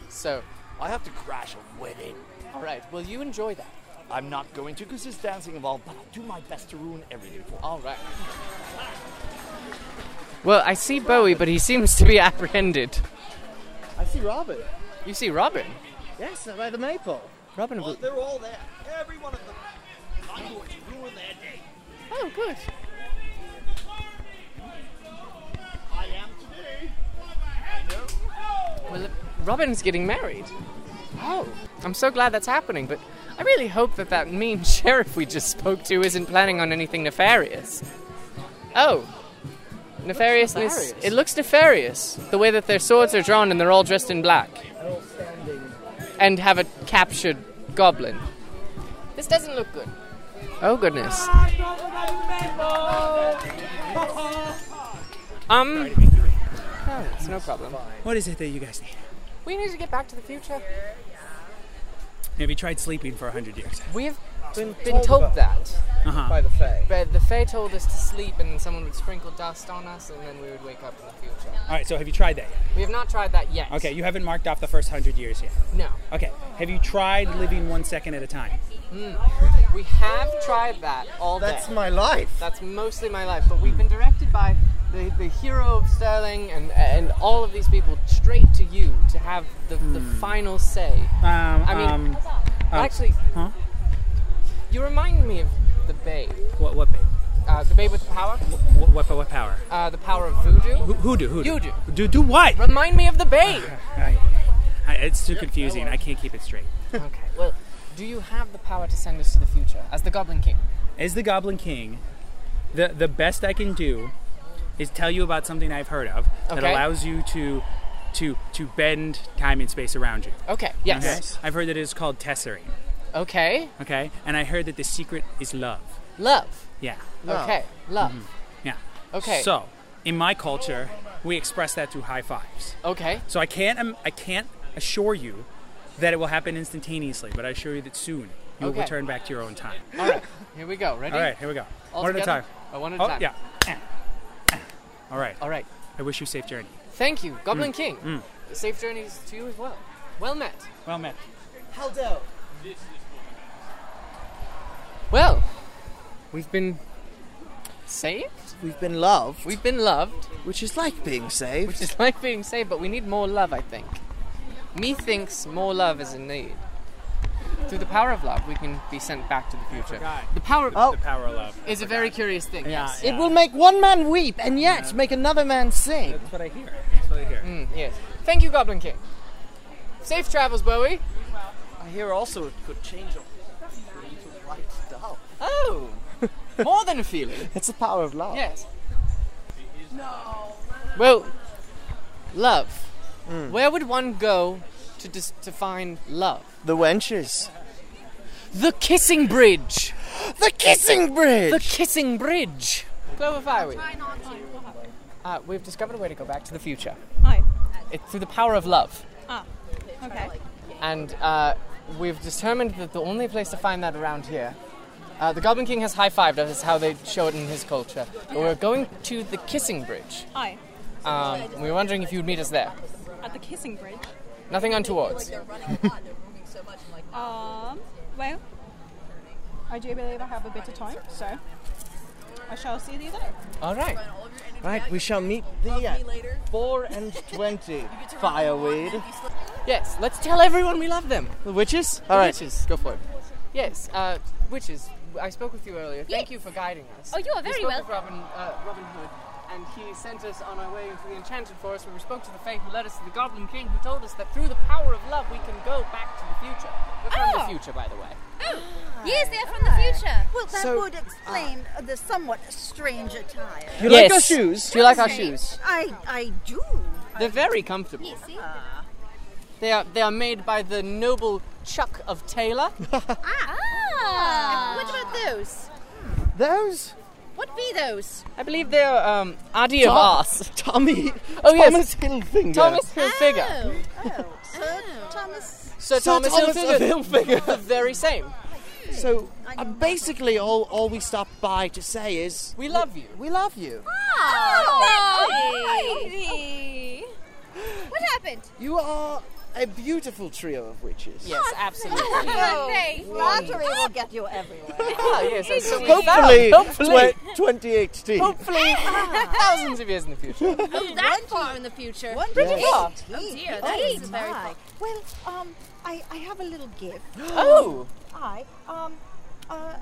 A: So.
O: I have to crash a wedding.
A: All right. Well, you enjoy that.
O: I'm not going to because there's dancing involved, but I'll do my best to ruin everything for
A: All right. Well, I see Bowie, but he seems to be apprehended.
D: I see Robin.
A: You see Robin.
D: Yes, uh, by the maple.
A: Robin of the
D: They're all there.
O: Every one of them. I'm going to ruin their day.
A: Oh, good.
O: I am today.
A: Well, Robin's getting married. Oh. I'm so glad that's happening, but I really hope that that mean sheriff we just spoke to isn't planning on anything nefarious. Oh. Nefariousness.
L: nefarious.
A: It looks nefarious, the way that their swords are drawn and they're all dressed in black. And have a captured goblin. This doesn't look good. Oh, goodness. Um. No, it's no problem.
P: What is it that you guys need?
A: We need to get back to the future.
P: Have you tried sleeping for a hundred years?
A: We've been, been told that.
P: Uh-huh.
D: By the Fae.
A: But the Fae told us to sleep and someone would sprinkle dust on us and then we would wake up in the future.
P: All right. So have you tried that yet?
A: We have not tried that yet.
P: Okay. You haven't marked off the first hundred years yet.
A: No.
P: Okay. Have you tried living one second at a time?
A: Mm. We have tried that all
P: That's
A: day.
P: my life.
A: That's mostly my life. But we've been directed by the, the hero of Sterling and, and all of these people straight to you to have the, the
P: Hmm.
A: final say.
P: Um,
A: I mean,
P: um, um,
A: actually,
P: huh?
A: you remind me of the babe.
P: What? What babe?
A: Uh, the babe with the power?
P: What? What, what power?
A: Uh, the power of voodoo.
P: Who, hoodoo. Hoodoo.
A: You do.
P: Do do what?
A: Remind me of the babe.
P: I, I, it's too confusing. I can't keep it straight.
A: okay. Well, do you have the power to send us to the future as the Goblin King?
P: As the Goblin King, the the best I can do is tell you about something I've heard of that
A: Okay.
P: allows you to to to bend time and space around you.
A: Okay. Yes.
P: Okay? I've heard that it is called tesserating.
A: Okay.
P: Okay. And I heard that the secret is love.
A: Love.
P: Yeah.
A: Okay. Love.
P: Mhm. Yeah.
A: Okay.
P: So, in my culture, we express that through high fives.
A: Okay.
P: So I can't um, I can't assure you that it will happen instantaneously, but I assure you that soon you
A: Okay.
P: will return back to your own time.
A: All right. Here we go. Ready?
P: All right, here we go.
A: All
P: one at a
A: together?
P: time.
A: Oh, one at a
P: oh,
A: time.
P: Yeah. All right. All
A: right.
P: I wish you safe journey.
A: Thank you, Goblin
P: Mm.
A: King.
P: Mm.
A: Safe journeys to you as well. Well met.
P: Well met.
K: Haldo.
A: Well, we've been saved.
D: We've been loved.
A: We've been loved.
D: Which is like being saved.
A: Which is like being saved, but we need more love, I think. Methinks more love is in need. Through the power of love, we can be sent back to the future. The power of
D: Oh.
P: the power of love.
A: is a very curious thing. yes.
D: It will make one man weep and yet make another man sing.
P: That's what I hear. That's what I hear.
A: Mm, yes. Thank you, Goblin King. Safe travels, Bowie.
D: I hear also it could change a free to white doll.
A: Oh, more than a feeling.
D: It's the power of love.
A: Yes. Well, love.
D: Mm.
A: Where would one go to dis- to find love?
D: The wenches.
A: The Kissing Bridge.
D: The Kissing Bridge.
A: The Kissing Bridge. Clover Fireweed. Uh, we've discovered a way to go back to the future.
E: Hi.
A: It's through the power of love.
E: Ah. Okay.
A: and uh, we've determined that the only place to find that around here. Uh, the Goblin King has high fived us, is how they show it in his culture. But we're going to the Kissing Bridge.
E: Hi.
A: Um, we were wondering if you'd meet us there.
E: At the kissing bridge.
A: Nothing
O: Oh,
A: untowards.
E: Um, well, I do believe I have a bit of time, so I shall see thee there.
O: All right. Right, we shall meet thee at 4 and 20. Fireweed.
A: Yes, let's tell everyone we love them.
O: The witches?
A: The
O: All right,
A: witches.
O: go for it.
A: Yes, uh, witches. I spoke with you earlier. Thank you for guiding us.
H: Oh, you are
A: We
H: very
A: spoke
H: welcome.
A: With Robin, uh, Robin Hood, and he sent us on our way into the Enchanted Forest, where we spoke to the Fae, who led us to the Goblin King, who told us that through the power of love, we can go back to the future. We're from
H: Oh.
A: the future, by the way.
H: Yes, they are from the future.
Q: Well, that
A: So-
Q: would explain the somewhat strange attire.
A: You like Yes. our shoes? Do you like our shoes?
Q: I, I do.
A: They're very comfortable. They are they are made by the noble Chuck of Taylor.
Q: Ah. What about those?
O: Those?
Q: What be those?
A: I believe they are um, Adi of
O: Tom-
A: Ars.
O: Tommy.
A: Oh yes.
O: Thomas Hilfiger.
A: Thomas Hilfiger.
Q: Oh. Sir Thomas.
O: Sir
A: Sir, Thomas,
O: Thomas
A: Hilfiger.
O: of Hilfiger.
A: the very same.
O: So, uh, basically, all, all we stopped by to say is.
A: We love you.
O: We love you.
H: Ah, Oh,
Q: baby.
H: What happened?
O: You are a beautiful trio of witches.
A: Yes, absolutely.
Q: Lottery will get you everywhere.
A: Ah, yes, and so we
O: Hopefully,
A: found- hopefully,
O: twe- 2018.
A: hopefully,
M: Ah.
A: thousands of years in the future.
H: Oh, that far in the future.
Q: What
A: Pretty far.
H: Oh dear, that is very far.
Q: Well, um, I, I have a little gift.
A: Oh.
Q: I, um, uh,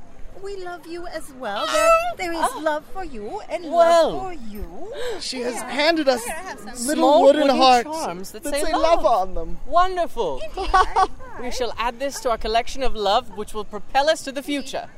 Q: we love you as well. There, there is love for you and
O: Well.
Q: love for you.
O: She has handed us little
A: Small
O: wooden,
A: wooden
O: hearts
A: charms that
O: that
A: say
O: say love
A: love.
O: on them.
A: Wonderful. we shall add this to our collection of love, which will propel us to the future.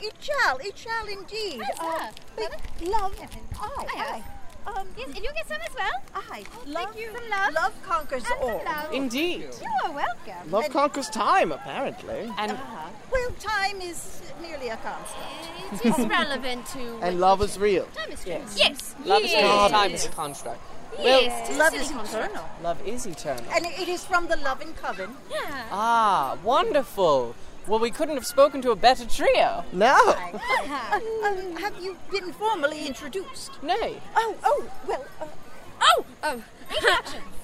Q: It shall, it shall indeed. Uh, but love, I, I, um,
H: Yes, and you get some as well.
Q: I, love, from love, conquers all.
A: Indeed.
Q: You are welcome.
O: Love
Q: And-
O: conquers time, apparently.
A: And
Q: Uh-huh. well, time is merely a constant.
H: It is relevant to.
O: and love is real.
H: Time is
A: Yes.
H: Yes.
A: Love is
O: God.
A: time is a construct.
H: Yes, it's a
Q: love
H: silly
Q: is
H: construct.
Q: eternal,
A: Well, love is eternal.
Q: and it is from the loving coven.
H: Yeah.
A: Ah, wonderful. Well, we couldn't have spoken to a better trio.
O: No.
Q: Uh, um, have you been formally introduced?
A: Nay.
Q: Oh, oh, well, uh,
H: Oh, um,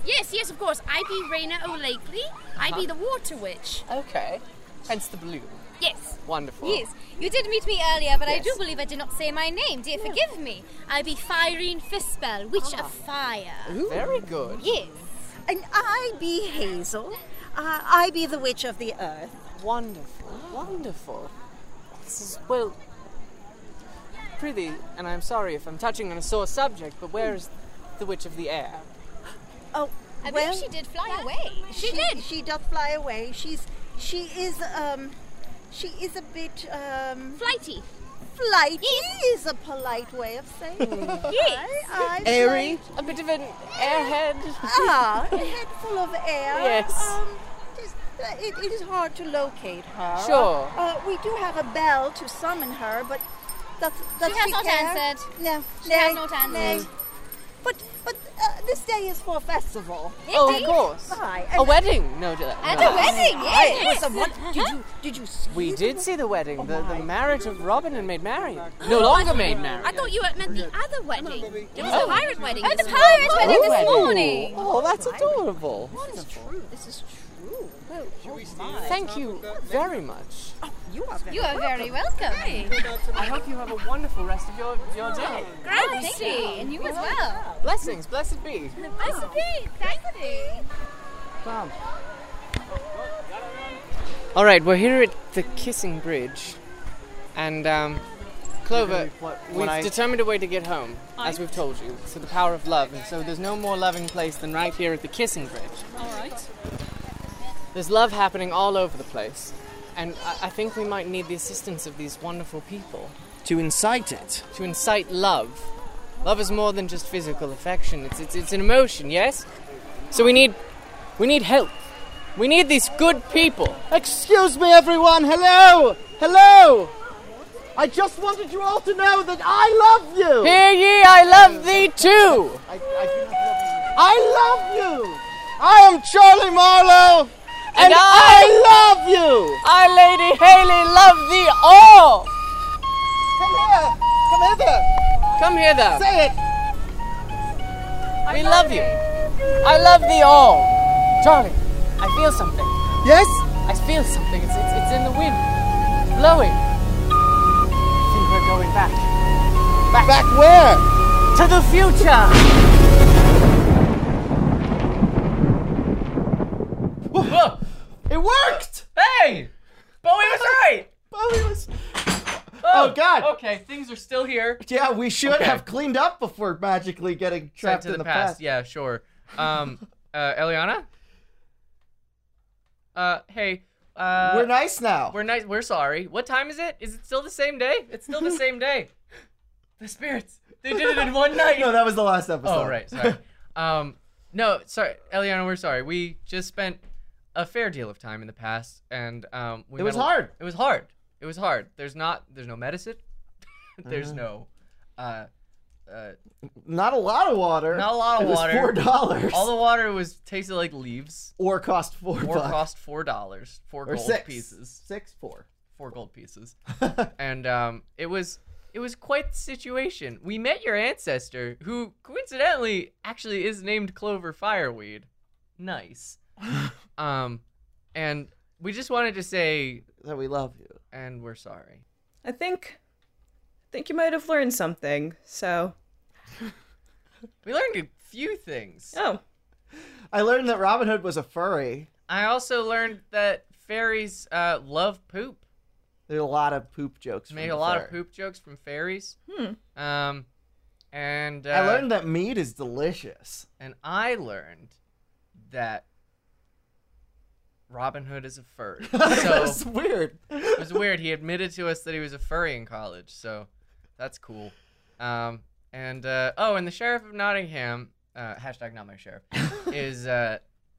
H: yes, yes, of course. I be Raina O'Lakeley. I
A: Uh-huh.
H: be the Water Witch.
A: Okay. Hence the blue.
H: Yes.
A: Wonderful.
H: Yes, you did meet me earlier, but I do
A: Yes.
H: believe I did not say my name. Dear, forgive me. I be Fireen Fispel, Witch of Fire.
A: Very good.
H: Yes.
Q: and I be Hazel. Uh, I be the witch of the earth.
A: Wonderful. Wonderful. This is, well, prithee, and I'm sorry if I'm touching on a sore subject, but where is the Witch of the Air?
Q: Oh,
H: I
Q: well,
H: believe she did fly away.
Q: She, did. She doth fly away. She's she is um she is a bit um
H: flighty.
Q: Flighty is a polite way of saying it.
H: Yes.
Q: I, I flight-
A: A bit of an airhead.
Q: Ah, a head full of air.
A: Yes.
Q: Um, just, uh, it, it is hard to locate her.
A: Sure.
Q: Uh, we do have a bell to summon her, but doth, doth
H: has not
Q: care?
H: answered.
Q: No,
H: She
Q: nay,
H: has not answered.
Q: nay. But but uh, this day is for a festival.
A: Oh, of course.
Q: Aye,
A: A
Q: and-
A: wedding, no doubt.
Q: And
A: no.
Q: a wedding,
A: Aye.
Q: yes. It was a what- did you- did you see
A: We did see the wedding, the, the marriage of Robin and Maid Marian. No longer Maid Marian.
H: I thought you meant the other wedding. It was
A: Oh.
H: the pirate wedding.
A: Oh,
H: this
A: the
H: morning.
A: pirate wedding this Oh. morning. Oh, that's adorable.
Q: This is true. This is true. Well,
H: oh
A: Thank you very much.
Q: You are very
H: You are very welcome.
A: I hope you have a wonderful rest of your, your day.
H: Grand to see, and Oh, you as well.
A: Blessings, blessed be.
H: Blessed be. Thank thee.
A: All right, we're here at the Kissing Bridge, and um, Clover,
O: when
A: we've
O: I-
A: determined a way to get home, as we've told you, through the power of love. And so there's no more loving place than right here at the Kissing Bridge.
E: All right.
A: There's love happening all over the place, and I, I think we might need the assistance of these wonderful people
O: To incite it.
A: to incite love. Love is more than just physical affection. It's it's, it's an emotion, yes. So we need we need help. We need these good people.
D: Excuse me, everyone. Hello. Hello. I just wanted you all to know that I love you.
A: Hear ye, I love thee too.
D: I love you. I am Charlie Marlowe.
A: And
D: And,
A: I-
D: I, love you.
A: I, Lady Haley, love thee all.
D: Come here. Come hither.
A: Come here, thou.
D: Say it.
A: We love you. I love thee all. Charlie,
R: I feel something.
D: Yes?
R: I feel something. It's, it's, it's in the wind, blowing. I think we're going back. Back.
D: Back where?
R: To the future.
A: Whoa!
B: It worked!
A: Hey! Bowie was right!
B: Bowie was.
A: Oh,
B: God.
A: Okay, things are still here.
B: Yeah, we should
A: Okay.
B: have cleaned up before magically getting
A: Sent
B: trapped
A: to
B: in
A: the,
B: the
A: past.
B: past.
A: Yeah, sure. Um, uh, Eliana. Uh, hey. Uh,
B: We're nice now.
A: We're nice. We're sorry. What time is it? Is it still the same day? It's still the same day. The spirits. They did it in one night.
B: No, that was the last episode.
A: Oh right, sorry. um, no, sorry, Eliana, we're sorry. We just spent a fair deal of time in the past, and um, we
B: It
A: met
B: was
A: a-
B: hard.
A: It was hard. It was hard. There's not. There's no medicine. there's
B: Uh-huh.
A: no. Uh, uh,
B: Not a lot of water.
A: not a lot of
B: it
A: water.
B: Was Four dollars.
A: All the water was tasted like leaves.
B: Or cost four.
A: Or
B: bucks.
A: cost four dollars. Four
B: Or
A: gold
B: six.
A: pieces.
B: Six four.
A: Four gold pieces. and um, it was it was quite the situation. We met your ancestor, who coincidentally actually is named Clover Fireweed. Nice. um, and we just wanted to say
B: that we love you
A: and we're sorry.
C: I think I think you might have learned something. So
A: We learned a few things.
C: Oh.
B: I learned that Robin Hood was a furry.
A: I also learned that fairies uh, love poop.
B: There's a lot of poop jokes. from
A: Made
B: the
A: a lot
B: furry.
A: of poop jokes from fairies.
C: Hmm.
A: Um, and uh,
B: I learned that meat is delicious.
A: and I learned that Robin Hood is a furry. So
B: That's weird.
A: It was weird. He admitted to us that he was a furry in college, so that's cool. Um, and uh, oh, and the sheriff of Nottingham, uh, hashtag not my sheriff, is uh,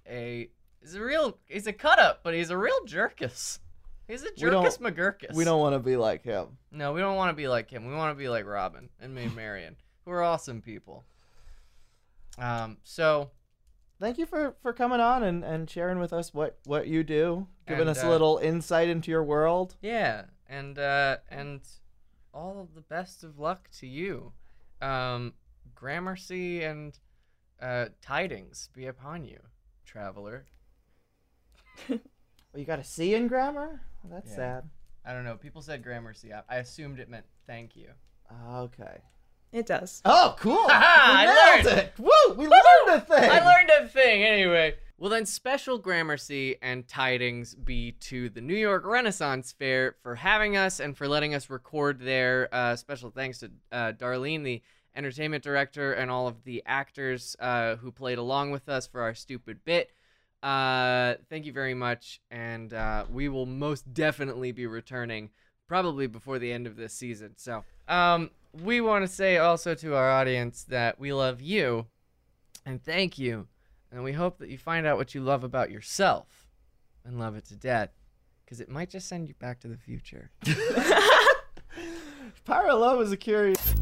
A: a is a real he's a cut up, but he's a real jerkus. He's a
B: We don't-
A: jerkus McGurkus.
B: We don't want to be like him.
A: No, we don't want to be like him. We want to be like Robin and Mae Marion, who are awesome people. Um, so
B: Thank you for, for coming on and, and sharing with us what, what you do, giving
A: And,
B: us
A: uh,
B: a little insight into your world.
A: yeah, and uh, and all of the best of luck to you. Um, gramercy and uh, tidings be upon you, traveler.
B: Well, you got a C in grammar? Well, that's
A: Yeah.
B: sad.
A: I don't know. People said gramercy. I, I assumed it meant thank you.
B: Ah, Okay.
C: it does.
B: Oh, cool.
A: Haha,
B: we
A: I
B: nailed
A: learned.
B: it. Woo, we learned a thing.
A: I learned a thing anyway. Well, then, special gramercy and tidings be to the New York Renaissance Fair for having us and for letting us record there. Uh, special thanks to uh, Darlene, the entertainment director, and all of the actors uh, who played along with us for our stupid bit. Uh, thank you very much, and uh, we will most definitely be returning probably before the end of this season. So, um, we want to say also to our audience that we love you and thank you. And we hope that you find out what you love about yourself and love it to death because it might just send you back to the future.
B: Pyro Love is a curious.